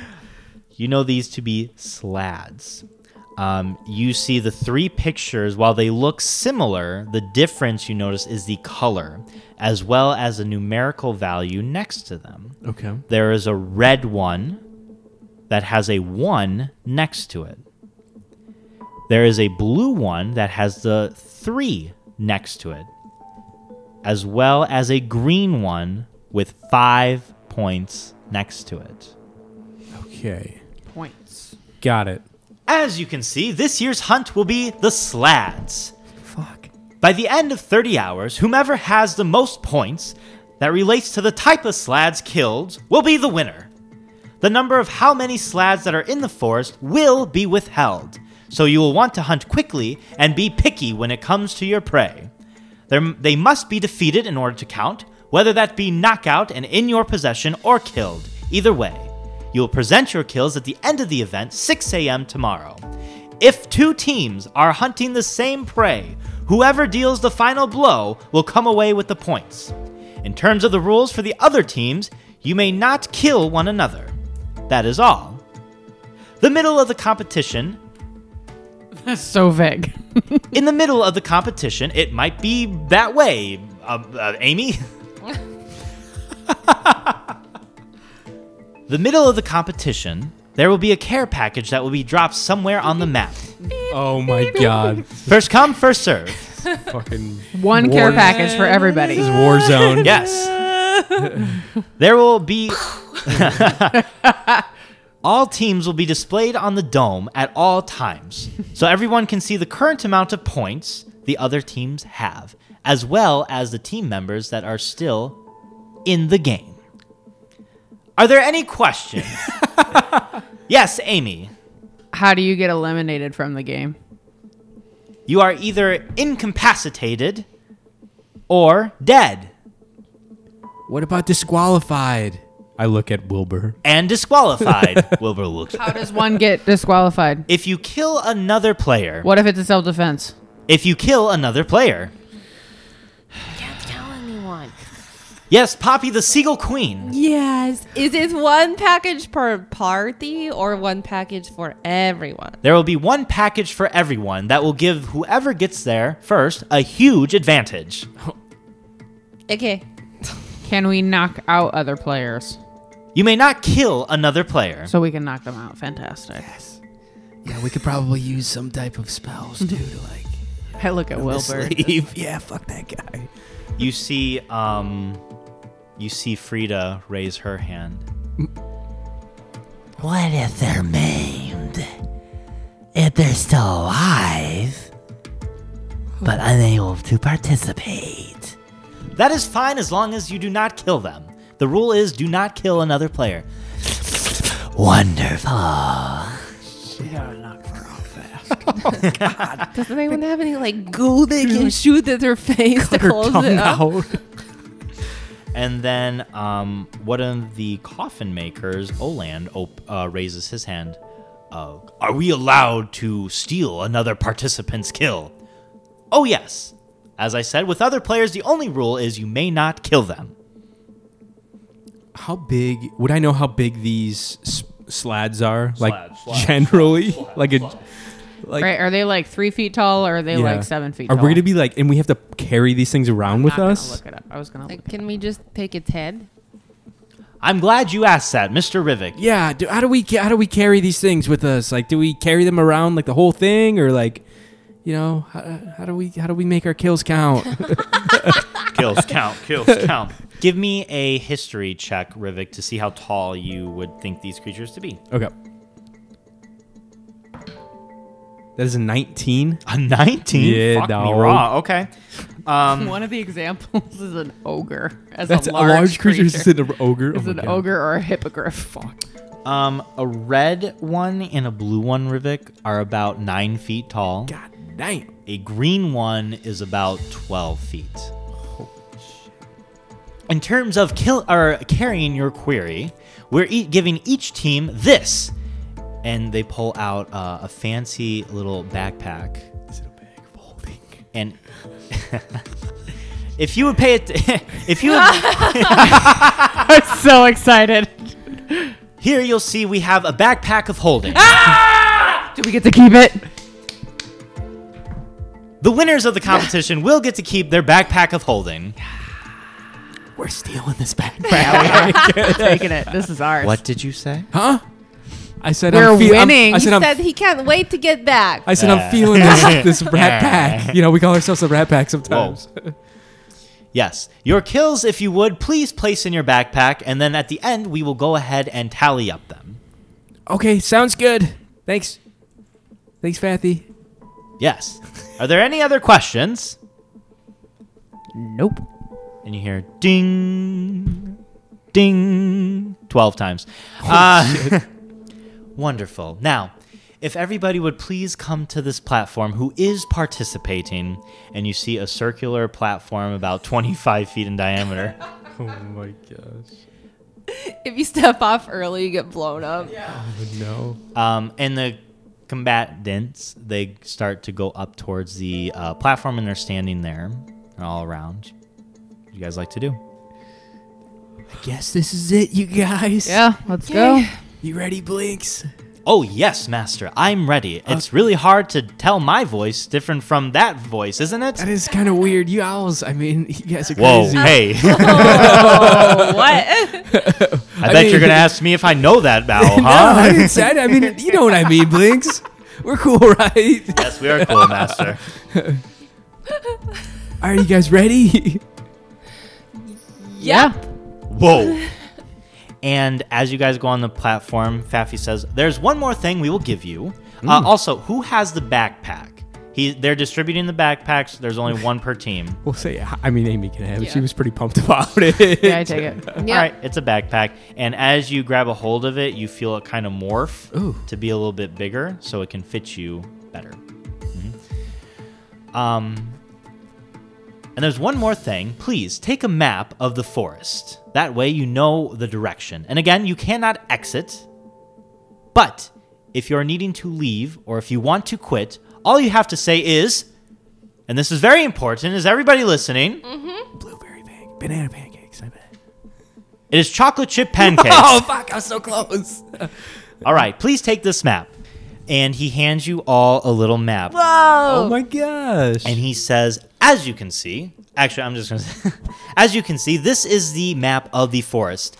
You know these to be slads. Um, you see the three pictures, while they look similar, the difference you notice is the color, as well as a numerical value next to them. Okay. There is a red one that has a 1 next to it. There is a blue one that has the 3 next to it, as well as a green one with 5 points next to it. Okay. Points. Got it. As you can see, this year's hunt will be the Slads. Fuck. By the end of 30 hours, whomever has the most points that relates to the type of Slads killed will be the winner. The number of how many Slads that are in the forest will be withheld, so you will want to hunt quickly and be picky when it comes to your prey. There- they must be defeated in order to count, whether that be knockout and in your possession or killed. Either way, you will present your kills at the end of the event, 6 a.m. tomorrow. If two teams are hunting the same prey, whoever deals the final blow will come away with the points. In terms of the rules for the other teams, you may not kill one another. That is all. The middle of the competition That's so vague. in the middle of the competition, it might be that way, uh, uh, Amy. the middle of the competition, there will be a care package that will be dropped somewhere on the map. Oh my god. First come, first serve. Fucking One care package for everybody. this is war zone. Yes. there will be. all teams will be displayed on the dome at all times, so everyone can see the current amount of points the other teams have, as well as the team members that are still in the game. Are there any questions? yes, Amy. How do you get eliminated from the game? You are either incapacitated or dead what about disqualified? I look at Wilbur. and disqualified. Wilbur looks How does one get disqualified? If you kill another player, What if it's a self defense? if you kill another player, Can't tell anyone. yes, Poppy the Seagull Queen. Yes. Is it one package per party or one package for everyone? There will be one package for everyone that will give whoever gets there first a huge advantage. Okay. Can we knock out other players You may not kill another player. so we can knock them out? Fantastic. Yeah, we could probably use some type of spells too to like I look at Wilbur. leave. Yeah, fuck that guy. You see, um, you see Frida raise her hand. What if they're maimed? If they're still alive, but unable to participate? That is fine as long as you do not kill them. The rule is do not kill another player. Wonderful. Does anyone have any like goo they can shoot at their face to close it up? And then um, one of the coffin makers, Oland, op- uh, raises his hand. Uh, Are we allowed to steal another participant's kill? Oh, yes. As I said, with other players, the only rule is you may not kill them. How big would I know how big these s- slads are? like Slabs, slabs, generally, like a like. right? Are they like three feet tall or are they yeah. like seven feet Are tall? we gonna be like, and we have to carry these things around I'm with not gonna us? Look it up. I was gonna. Like, look it can we just take its head? I'm glad you asked that, Mr. Rivik. Yeah. Do, how do we ca- how do we carry these things with us? Like, do we carry them around like the whole thing, or like, you know, how, how do we how do we make our kills count? Kills count, kills count. Give me a history check, Rivik, to see how tall you would think these creatures to be. Okay. That is a 19. A 19? Yeah, Fuck me dog. raw. Okay. Um, up. One of the examples is an ogre as That's a large, creature. Is it an ogre? Oh Is an ogre or a hippogriff? Fuck. Um, a red one and a blue one, Rivik, are about nine feet tall. God damn. A green one is about twelve feet. In terms of kill or carrying your query, we're e- giving each team this, and they pull out uh, a fancy little backpack. Is it a bag of holding? And if you would pay it, if you would I'm so excited. here, you'll see we have a backpack of holding. Do we get to keep it? The winners of the competition will get to keep their backpack of holding. We're stealing this back. Taking it. This is ours. What did you say? Huh? I said We're I'm fe- I'm- winning. I said I'm. Said he can't wait to get back. I said Yeah. I'm feeling this, this rat pack. You know, we call ourselves the rat pack sometimes. Yes. Your kills, if you would, please place in your backpack, and then at the end, we will go ahead and tally up them. Okay, sounds good. Thanks. Thanks, Fathy. Yes. Are there any other questions? Nope. And you hear ding, ding, 12 times. Uh, Wonderful. Now, if everybody would please come to this platform who is participating, and you see a circular platform about 25 feet in diameter. Oh my gosh. If you step off early, you get blown up. Oh no. Um, and the combatants, they start to go up towards the uh, platform and they're standing there and all around. What you guys like to do? Guess this is it, you guys. Yeah. Let's go. You ready, Blinks? Oh, yes, master. I'm ready. Uh, It's really hard to tell my voice different from that voice, isn't it? That is kind of weird. You owls. I mean, you guys are Whoa, crazy. hey. Oh, Oh, What? I bet mean- you're going to ask me if I know that No, vowel, huh? I didn't say. it. I mean, you know what I mean, Blinks. We're cool, right? yes, we are cool, master. Are you guys ready? yeah. Whoa. And as you guys go on the platform, Faffy says, "There's one more thing we will give you. Hmm. Uh, also, who has the backpack? He, they're distributing the backpacks. There's only one per team. We'll say, I mean, Amy can have it. She was pretty pumped about it. Yeah, I take it. Yeah. All right, it's a backpack. And as you grab a hold of it, you feel it kind of morph to be a little bit bigger, so it can fit you better. Mhm. Um, and there's one more thing. Please take a map of the forest. That way, you know the direction. And again, you cannot exit. But if you're needing to leave or if you want to quit, all you have to say is, and this is very important, is everybody listening? Blueberry pancake, banana pancakes. I bet. It is chocolate chip pancakes. Oh fuck! I was so close. All right, please take this map. And he hands you all a little map. Oh my gosh. And he says, as you can see, actually, I'm just going to as you can see, this is the map of the forest.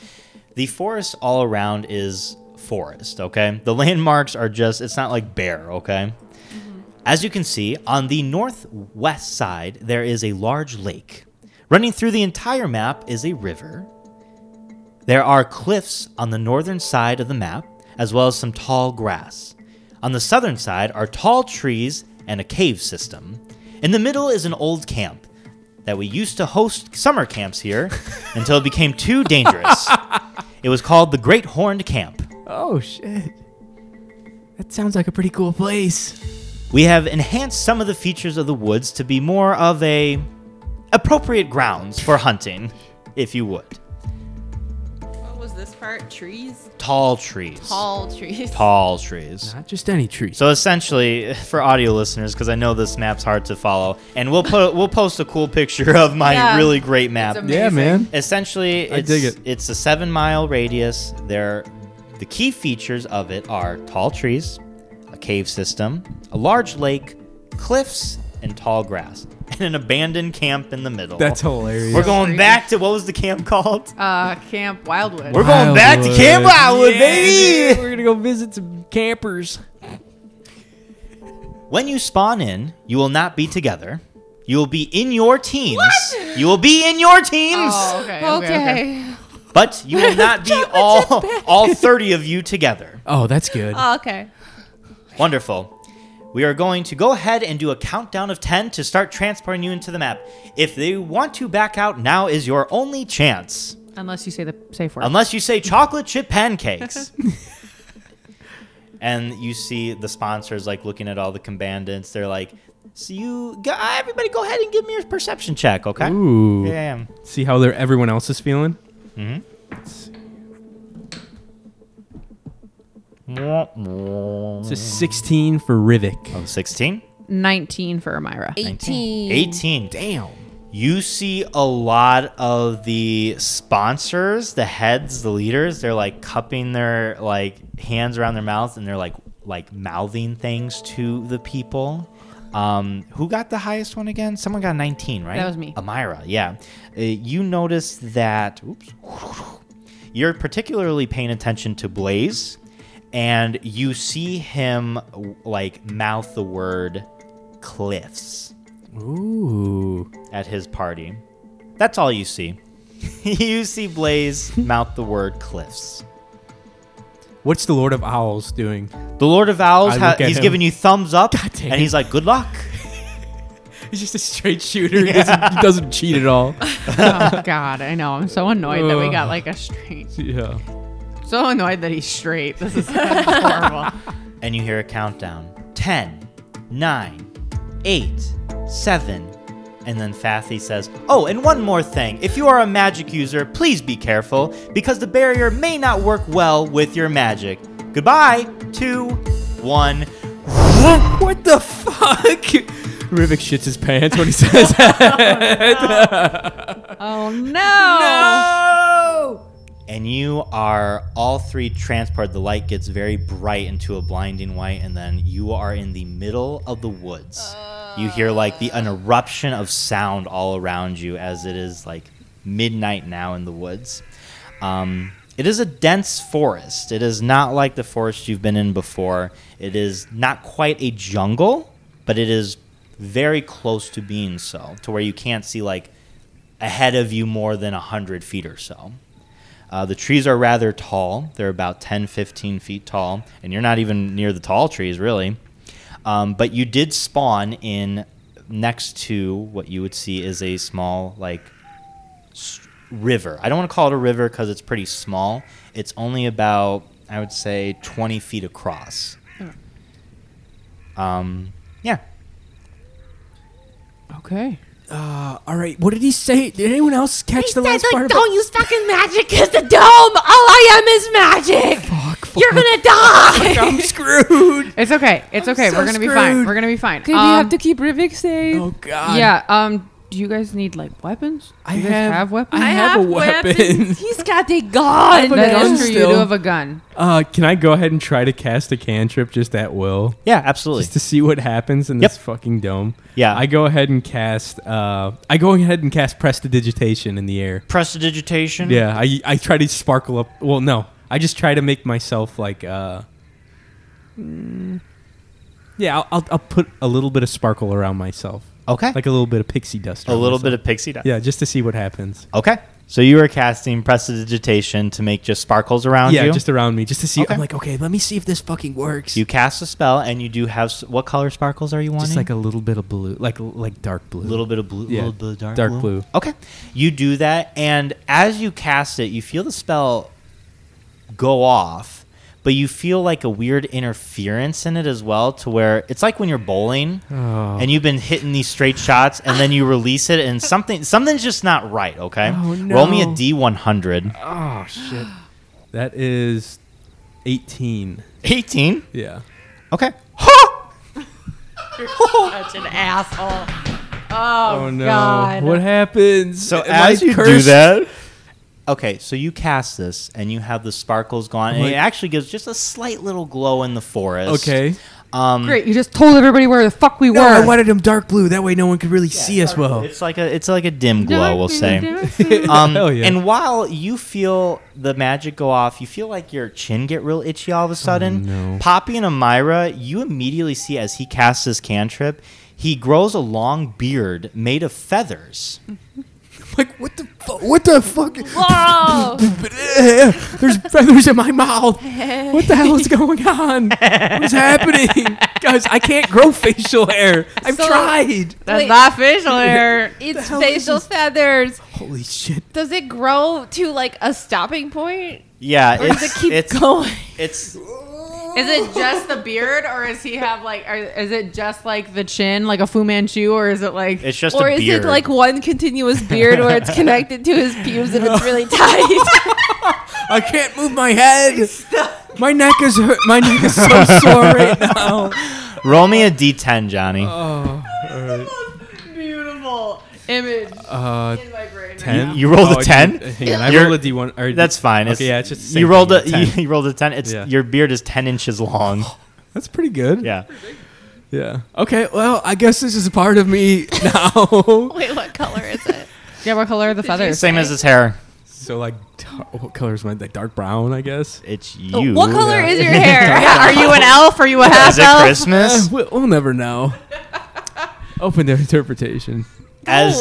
The forest all around is forest, okay? The landmarks are just, it's not like bare, okay? As you can see, on the northwest side, there is a large lake. Running through the entire map is a river. There are cliffs on the northern side of the map, as well as some tall grass. On the southern side are tall trees and a cave system. In the middle is an old camp. that we used to host summer camps here until it became too dangerous. It was called the Great Horned Camp. Oh shit. That sounds like a pretty cool place. We have enhanced some of the features of the woods to be more of a appropriate grounds for hunting, if you would. What was this part? Trees? Tall trees. Tall trees. Tall trees. Not just any tree. So essentially, for audio listeners, because I know this map's hard to follow, and we'll put we'll post a cool picture of my Yeah. really great map. It's Yeah, Amazing. man. Essentially, I it's, dig it. it's a seven mile radius. There, the key features of it are tall trees, a cave system, a large lake, cliffs, and tall grass, and an abandoned camp in the middle. That's hilarious. We're going back to what was the camp called? Uh, Camp Wildwood. We're going back to Camp Wildwood, baby. We're gonna go visit some campers. When you spawn in, you will not be together. You will be in your teams. You will be in your teams, Oh, okay. Okay. but you will not be all all 30 of you together. Oh, that's good. Oh, okay. Wonderful. We are going to go ahead and do a countdown of 10 to start transporting you into the map. If they want to back out, now is your only chance. Unless you say the safe word. Unless you say chocolate chip pancakes. and you see the sponsors like looking at all the combatants. They're like, so you, go, everybody go ahead and give me your perception check, okay? Ooh. Yeah. yeah. See how they're, everyone else is feeling? It's a 16 for Rivik. Oh, 16? 19 for Amira. 18. 18. Damn. You see a lot of the sponsors, the heads, the leaders, they're like cupping their like hands around their mouths and they're like like mouthing things to the people. Um, who got the highest one again? Someone got 19, right? That was me. Amira, yeah. Uh, you notice that oops, you're particularly paying attention to Blaze, and you see him w- like mouth the word cliffs Ooh. at his party. That's all you see. you see Blaze mouth the word cliffs. What's the Lord of Owls doing? The Lord of Owls, I ha- look at he's him. giving you thumbs up, damn. and he's like, "Good luck." He's just a straight shooter. He doesn't, he doesn't cheat at all. oh, God. I know. I'm so annoyed that we got like a straight. Yeah. So annoyed that he's straight. This is horrible. And you hear a countdown: 10, 9, 8, 7, and then Fathy says, "Oh, and one more thing. If you are a magic user, please be careful because the barrier may not work well with your magic. Goodbye. Two, one. What the fuck? Rivik shits his pants when he says Oh, no. and you are all three transported. The light gets very bright into a blinding white, and then you are in the middle of the woods. you hear like the an eruption of sound all around you as it is like midnight now in the woods. Um, it is a dense forest. It is not like the forest you've been in before. It is not quite a jungle, but it is very close to being so, to where you can't see like ahead of you more than 100 feet or so. Uh, the trees are rather tall. They're about 10, 15 feet tall, and you're not even near the tall trees, really. Um, but you did spawn in next to what you would see is a small, like, s- river. I don't want to call it a river because it's pretty small. It's only about, I would say, 20 feet across. Um, yeah. Okay. Uh, all right. What did he say? Did anyone else catch He the said, last like, part? about- don't use fucking magic because the dome. All I am is magic. Fuck, fuck. You're gonna die. I'm screwed. It's okay. It's okay. so We're going to be fine. screwed. We're going to be fine. Okay, we Um, have to keep Rivik safe. Oh god. Yeah. Um. Do you guys need like weapons? I Do you guys have- weapons. I, have, a weapon. He's got a gun. But- that gun is true. You do still. have a gun. Uh, can I go ahead and try to cast a cantrip just at will? Yeah, absolutely. Just to see what happens in Yep. this fucking dome. Yeah. I go ahead and cast uh I go ahead and cast prestidigitation in the air. Prestidigitation. Yeah, I I try to sparkle up well no. I just try to make myself like uh mm, Yeah, I'll, I'll, I'll put a little bit of sparkle around myself. Okay. Like a little bit of pixie dust. a little bit of pixie dust. Yeah, just to see what happens. Okay. So you were casting prestidigitation to make just sparkles around yeah, you. just around me, just to see. Okay. I'm like, okay, let me see if this fucking works. you cast a spell, and you do have s- what color sparkles are you wanting? just like a little bit of blue, like like dark blue. little bit of blue, Yeah, little bit of dark, dark blue. blue. Okay, you do that, and as you cast it, you feel the spell go off, but you feel like a weird interference in it as well, to where it's like when you're bowling Oh. and you've been hitting these straight shots, and then you release it, and something something's just not right. Okay, Oh, roll me a no. d one hundred. oh shit. That is 18. 18. Yeah. Okay. Such an asshole. Oh, no. God. What happens? So Am I as you cursed? do that. Okay, so you cast this and you have the sparkles gone, and like- it actually gives just a slight little glow in the forest. Okay. Um, Great, you just told everybody where the fuck we No, were. I wanted them dark blue. That way, no one could really see us well. It's like a it's like a dim glow, we'll say. Um, Hell Oh, yeah. And while you feel the magic go off, you feel like your chin get real itchy all of a sudden. Oh, no. Poppy and Amira, you immediately see as he casts his cantrip, he grows a long beard made of feathers. like, what the fuck? What the fuck? Whoa! There's feathers in my mouth. What the hell is going on? What's happening? Guys, I can't grow facial hair. I've So- tried. That's Wait. not facial hair. it's hell is facial feathers. Holy shit. Does it grow to like a stopping point? Yeah, Or does it keep it's, going? It's Is it just the beard, or is he have like? Or is it just like the chin, like a Fu Manchu, or is it like? it's just or a is beard. it like one continuous beard where it's connected to his pubes and it's really tight? I can't move my head. My neck is hurt. My neck is so sore right now. Roll me a D10, Johnny. Oh, all right. beautiful image Uh, in my brain. right ten. now. You rolled a Oh, 10? Hang on, I You're- rolled a D one. Or That's fine. Okay, yeah, it's just the same you rolled thing, a a 10. You, rolled a ten. It's Yeah. your beard is ten inches long. that's pretty good. Yeah. Yeah. Okay. Well, I guess this is a part of me now. Wait, what color is it? Yeah, what color are the feathers? Same as his hair. so like, dar- what color is mine? Like dark brown, I guess. It's you. Oh, what color is your hair? Yeah, are you an elf? Are you a half Is it elf? Eh, Christmas? we- we'll never know. Open their interpretation. As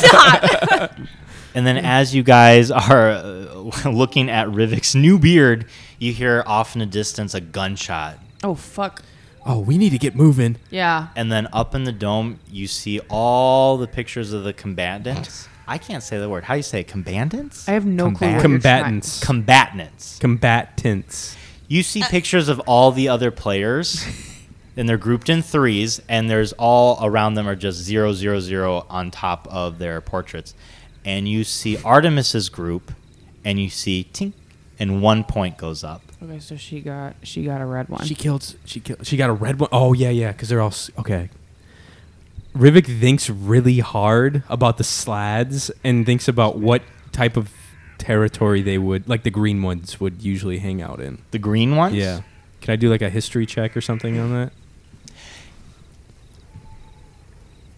Stop. and then as you guys are uh, looking at Rivik's new beard, you hear off in the distance a gunshot, Oh fuck. Oh, we need to get moving. Yeah. and then up in the dome you see all the pictures of the combatants. I can't say the word. How do you say it? combatants? I have no clue what you're trying- Combatants. combatants. Combatants. You see pictures of all the other players, and they're grouped in threes, and there's all around them are just zero, zero, zero on top of their portraits. And you see Artemis's group, and you see tink, and one point goes up. Okay, so she got she got a red one. She killed. She killed. She got a red one. Oh yeah, yeah. Because they're all s- okay. Rivik thinks really hard about the slads and thinks about what type of territory they would like the green ones would usually hang out in. The green ones? Yeah. Can I do like a history check or something on that?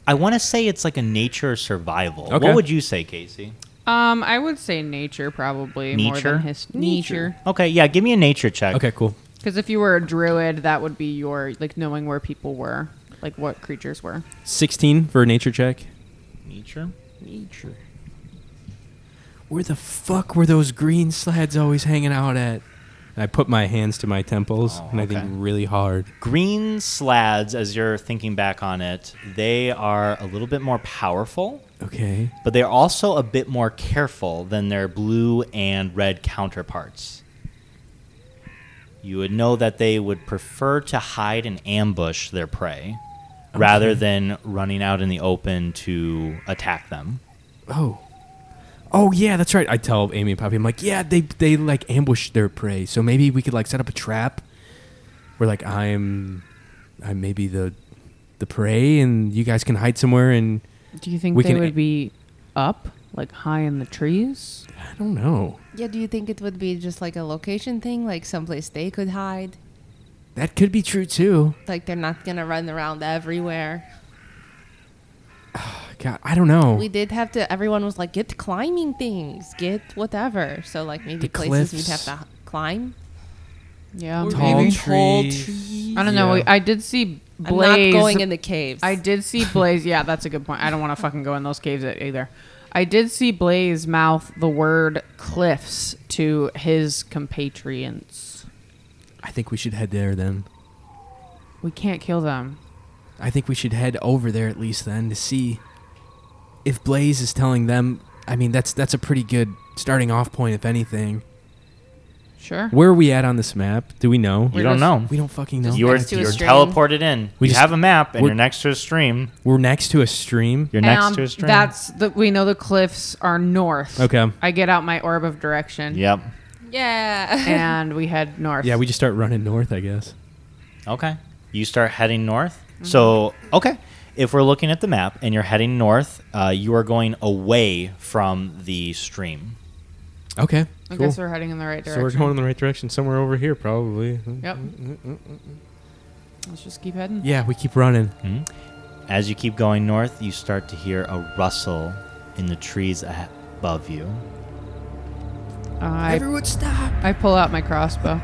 I want to say it's like a nature or survival. Okay. What would you say, Casey? um, I would say nature probably more Nature? than his nature. Okay, yeah, give me a nature check. Okay, cool. Because if you were a druid, that would be your like knowing where people were, like what creatures were. 16 for a nature check. Nature? Nature. Where the fuck were those green slads always hanging out at? And I put my hands to my temples Oh, and I think okay. really hard. Green slads, as you're thinking back on it, they are a little bit more powerful. Okay. but they're also a bit more careful than their blue and red counterparts. You would know that they would prefer to hide and ambush their prey rather than running out in the open to attack them. Oh. Oh yeah, that's right. I tell Amy and Poppy, I'm like, yeah, they they like ambush their prey, so maybe we could like set up a trap. Where like I'm, I may be the, the prey, and you guys can hide somewhere, and Do you think We they can- would be up, like high in the trees? I don't know. yeah, do you think it would be just like a location thing, like someplace they could hide? That could be true too. Like they're not gonna run around everywhere. God, I don't know. We did have to. Everyone was like, get climbing things, get whatever. So like maybe The places we'd have cliffs. to h- climb. Yeah, Tall maybe. trees. I don't know. Yeah. I did see I'm Blaze. not going in the caves. I did see Blaze. Yeah, that's a good point. I don't want to fucking go in those caves e-, either. I did see Blaze mouth the word cliffs to his compatriots. I think we should head there then. We can't kill them. I think we should head over there at least then to see if Blaze is telling them. I mean, that's that's a pretty good starting off point, if anything. Sure. Where are we at on this map? Do we know? You don't know. We don't fucking know. You are, next to a you're stream. teleported in. We you just- have a map and we're- you're next to a stream. We're next to a stream. You're next to a stream. um, That's the we know the cliffs are north. Okay. I get out my orb of direction. Yep. Yeah. And we head north. Yeah, we just start running north, I guess. Okay. You start heading north. So, okay. If we're looking at the map and you're heading north, uh, you are going away from the stream. Okay. I Cool. guess we're heading in the right So direction. we're going in the right direction, somewhere over here, probably. Yep. mm, Let's just keep heading. Yeah, we keep running. As you keep going north, you start to hear a rustle in the trees a- above you. I, Everyone stop. I pull out my crossbow.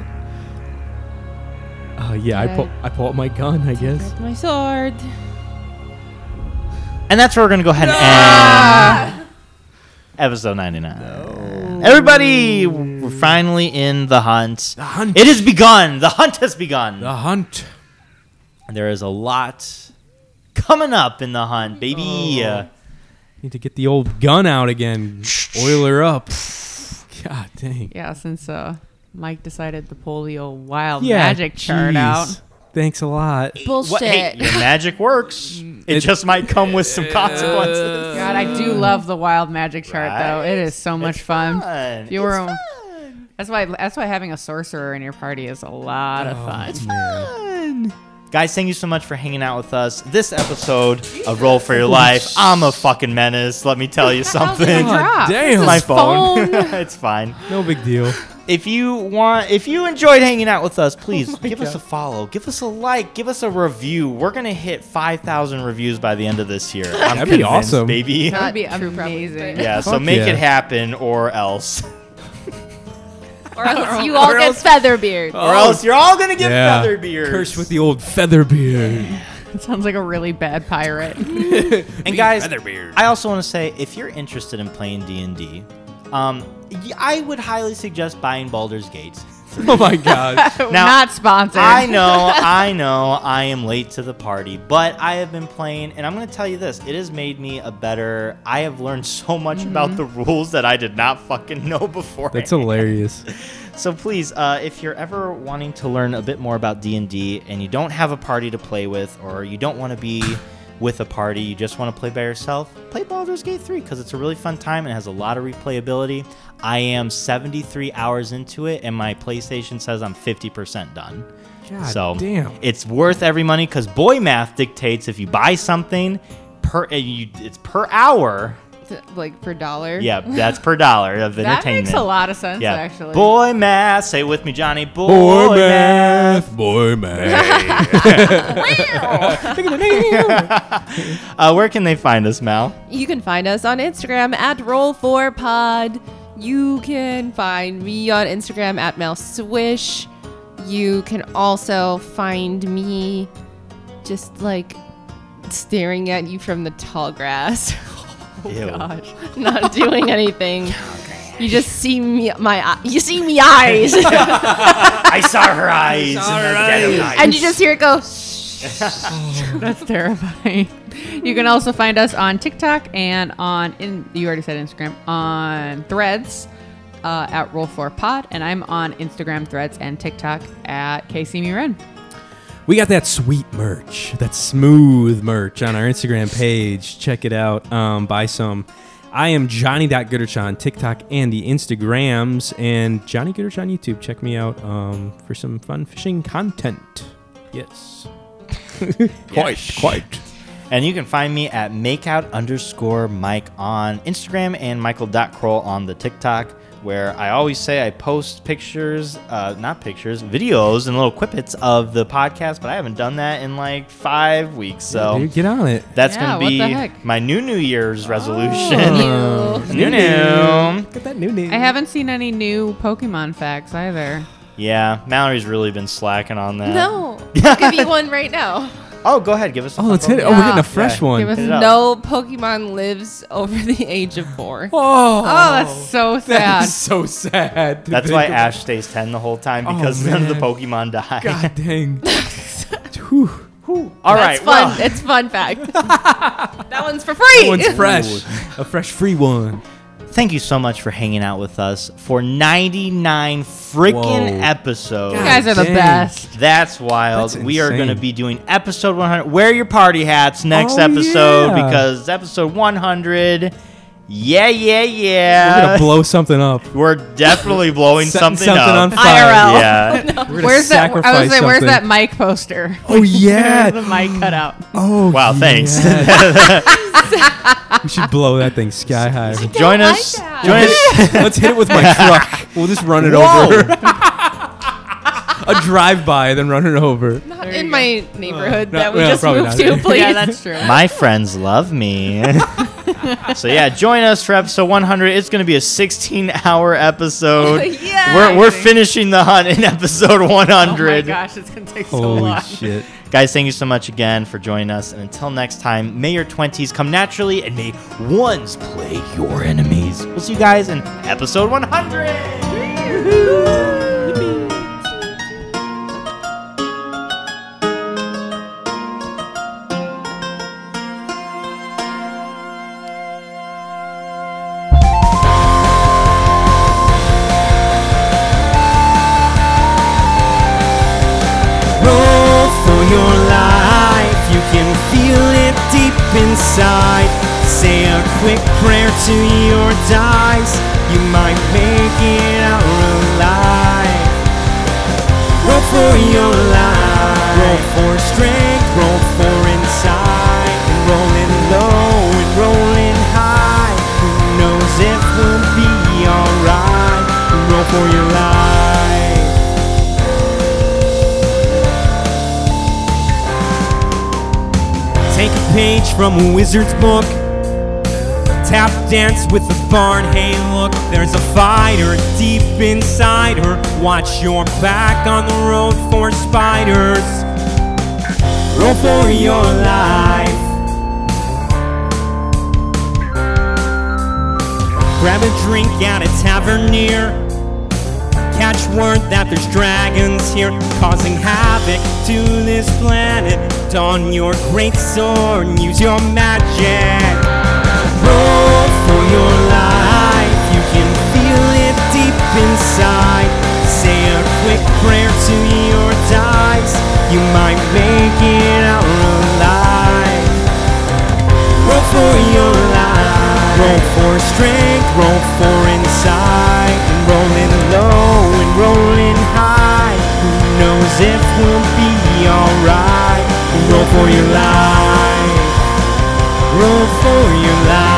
Uh, yeah, I pull, I pull out my gun, I guess. My sword. And that's where we're going to go ahead and end episode 99. Everybody, we're finally in the hunt. The hunt. It has begun. The hunt has begun. The hunt. There is a lot coming up in the hunt, baby. Uh, Need to get the old gun out again. Oil her up. God dang. Yeah, since uh, Mike decided to pull the old wild Yeah, magic chart jeez. out. Thanks a lot. Bullshit. What, hey, your magic works. It, It- just might come with some consequences. God, I do love the wild magic chart though. It is so much It's fun. fun. If you were that's why that's why having a sorcerer in your party is a lot Oh. of fun. Guys, thank you so much for hanging out with us. This episode of Roll for Your Life. I'm a fucking menace. Let me tell you something. drop. Damn. My phone. it's fine. no big deal. If you want, if you enjoyed hanging out with us, please give us a follow, give us a like, give us a review. We're gonna hit 5,000 reviews by the end of this year. I'm That'd be convinced, awesome. baby. That would be Not true, probably, amazing. but- Yeah, so Fuck make yeah. it happen or else. Or else you all get featherbeard. Or else you're all gonna get Oh. Yeah. feather beards. Curse with the old feather beard. It sounds like a really bad pirate. and guys, I also want to say if you're interested in playing D&D, um, y- I would highly suggest buying Baldur's Gate. Oh my gosh. Now, Not sponsored. I know, I know, I am late to the party, but I have been playing, and I'm going to tell you this: it has made me a better. I have learned so much about the rules that I did not fucking know before. That's hilarious. So please, uh, if you're ever wanting to learn a bit more about D and D, and you don't have a party to play with, or you don't want to be with a party, you just want to play by yourself, play Baldur's Gate 3 because it's a really fun time and it has a lot of replayability. I am 73 hours into it, and my PlayStation says I'm 50% done. God so damn. it's worth every money because boy math dictates if you buy something per, uh, you, it's per hour. Like per dollar. Yeah, that's per dollar of entertainment. that makes a lot of sense actually. Boy math. Say it with me, Johnny. Boy, Boy math. math. Boy math. Uh, where can they find us, Mal? You can find us on Instagram at Roll4Pod. You can find me on Instagram at Mel Swish. You can also find me just like staring at you from the tall grass, Oh, Ew. not doing anything. You just see me, my eye- you see me eyes, and I saw her eyes. and I identified. you just hear it go. That's terrifying. You can also find us on TikTok and on in you already said Instagram on Threads uh, at Roll4Pod, and I'm on Instagram, Threads, and TikTok at KCMeRen. We got that sweet merch, that smooth merch on our Instagram page. Check it out. Um, buy some. I am Johnny.Gooderch on TikTok and the Instagrams, and Johnny Gooderch on YouTube. Check me out um, for some fun fishing content. Yes. quite, quite. And you can find me at makeout underscore Mike on Instagram and michael.kroll on the TikTok, where I always say I post pictures, uh, not pictures, videos and little quippets of the podcast, but I haven't done that in like five weeks. So Dude, get on it. that's Yeah, going what the to be heck? Oh. my new New Year's resolution. Uh, New new. Get that new name. I haven't seen any new Pokemon facts either. Oh. Yeah, Mallory's really been slacking on that. No, I'll give you one right now. Oh, go ahead. Give us. a Oh, let's fuck hit it. over. Oh, we're getting Yeah. a fresh Yeah. one. Give us Hit it up. no Pokemon lives over the age of four. oh, Oh, that's so that sad. is so sad. to That's think why about. Ash stays ten the whole time Oh, because none of the man. Pokemon die. God dang. Whew. All right. That's fun. Well, It's fun fact. that one's for free. That one's fresh. a fresh free one. thank you so much for hanging out with us for 99 Whoa. freaking episodes. you guys are the Dang. best. That's wild. That's we are going to insane. be doing episode 100. Wear your party hats next Oh, episode yeah. because episode 100. Yeah, yeah, We're gonna yeah. blow something up. We're definitely blowing Setting something, something up. on fire. IRL. Yeah. We're gonna Where's that? I was sacrifice gonna say, where's something. that mic poster? Oh the yeah. mic cutout. Oh Wow, thanks. yeah. we should blow that thing sky high. join us. that. join us. Let's hit it with my truck. We'll just run it over. A drive by, then run it over. Not There in you my neighborhood no, that we no, just probably moved not. to, please. Yeah, that's true. My friends love me. so yeah, join us for episode 100. It's going to be a 16-hour episode. Yeah. We're, we're finishing the hunt in episode 100. Oh my gosh, it's gonna take so Holy long. shit. Guys, thank you so much again for joining us. And until next time, may your 20s come naturally and may ones play your enemies. We'll see you guys in episode 100. roll for your life. You can feel it deep inside. Say a quick prayer to your dice. You might make it out alive. Roll for your life. Roll for strength. Roll for insight. Rolling low and rolling high. Who knows if we'll be alright? Roll for your life. Take a page from a wizard's book. Tap dance with the barn. Hey, look, there's a fighter deep inside her. Watch your back on the road for spiders. Roll for your life. Grab a drink at a tavern near. Catch word that there's dragons here causing havoc to this planet. Don your great sword and use your magic. Roll for your life, you can feel it deep inside. Say a quick prayer to your dice, you might make it out alive. Roll for your life. Roll for strength. Roll for insight. Rolling low and rolling high. Who knows if we'll be alright? Roll for your life. Roll for your life.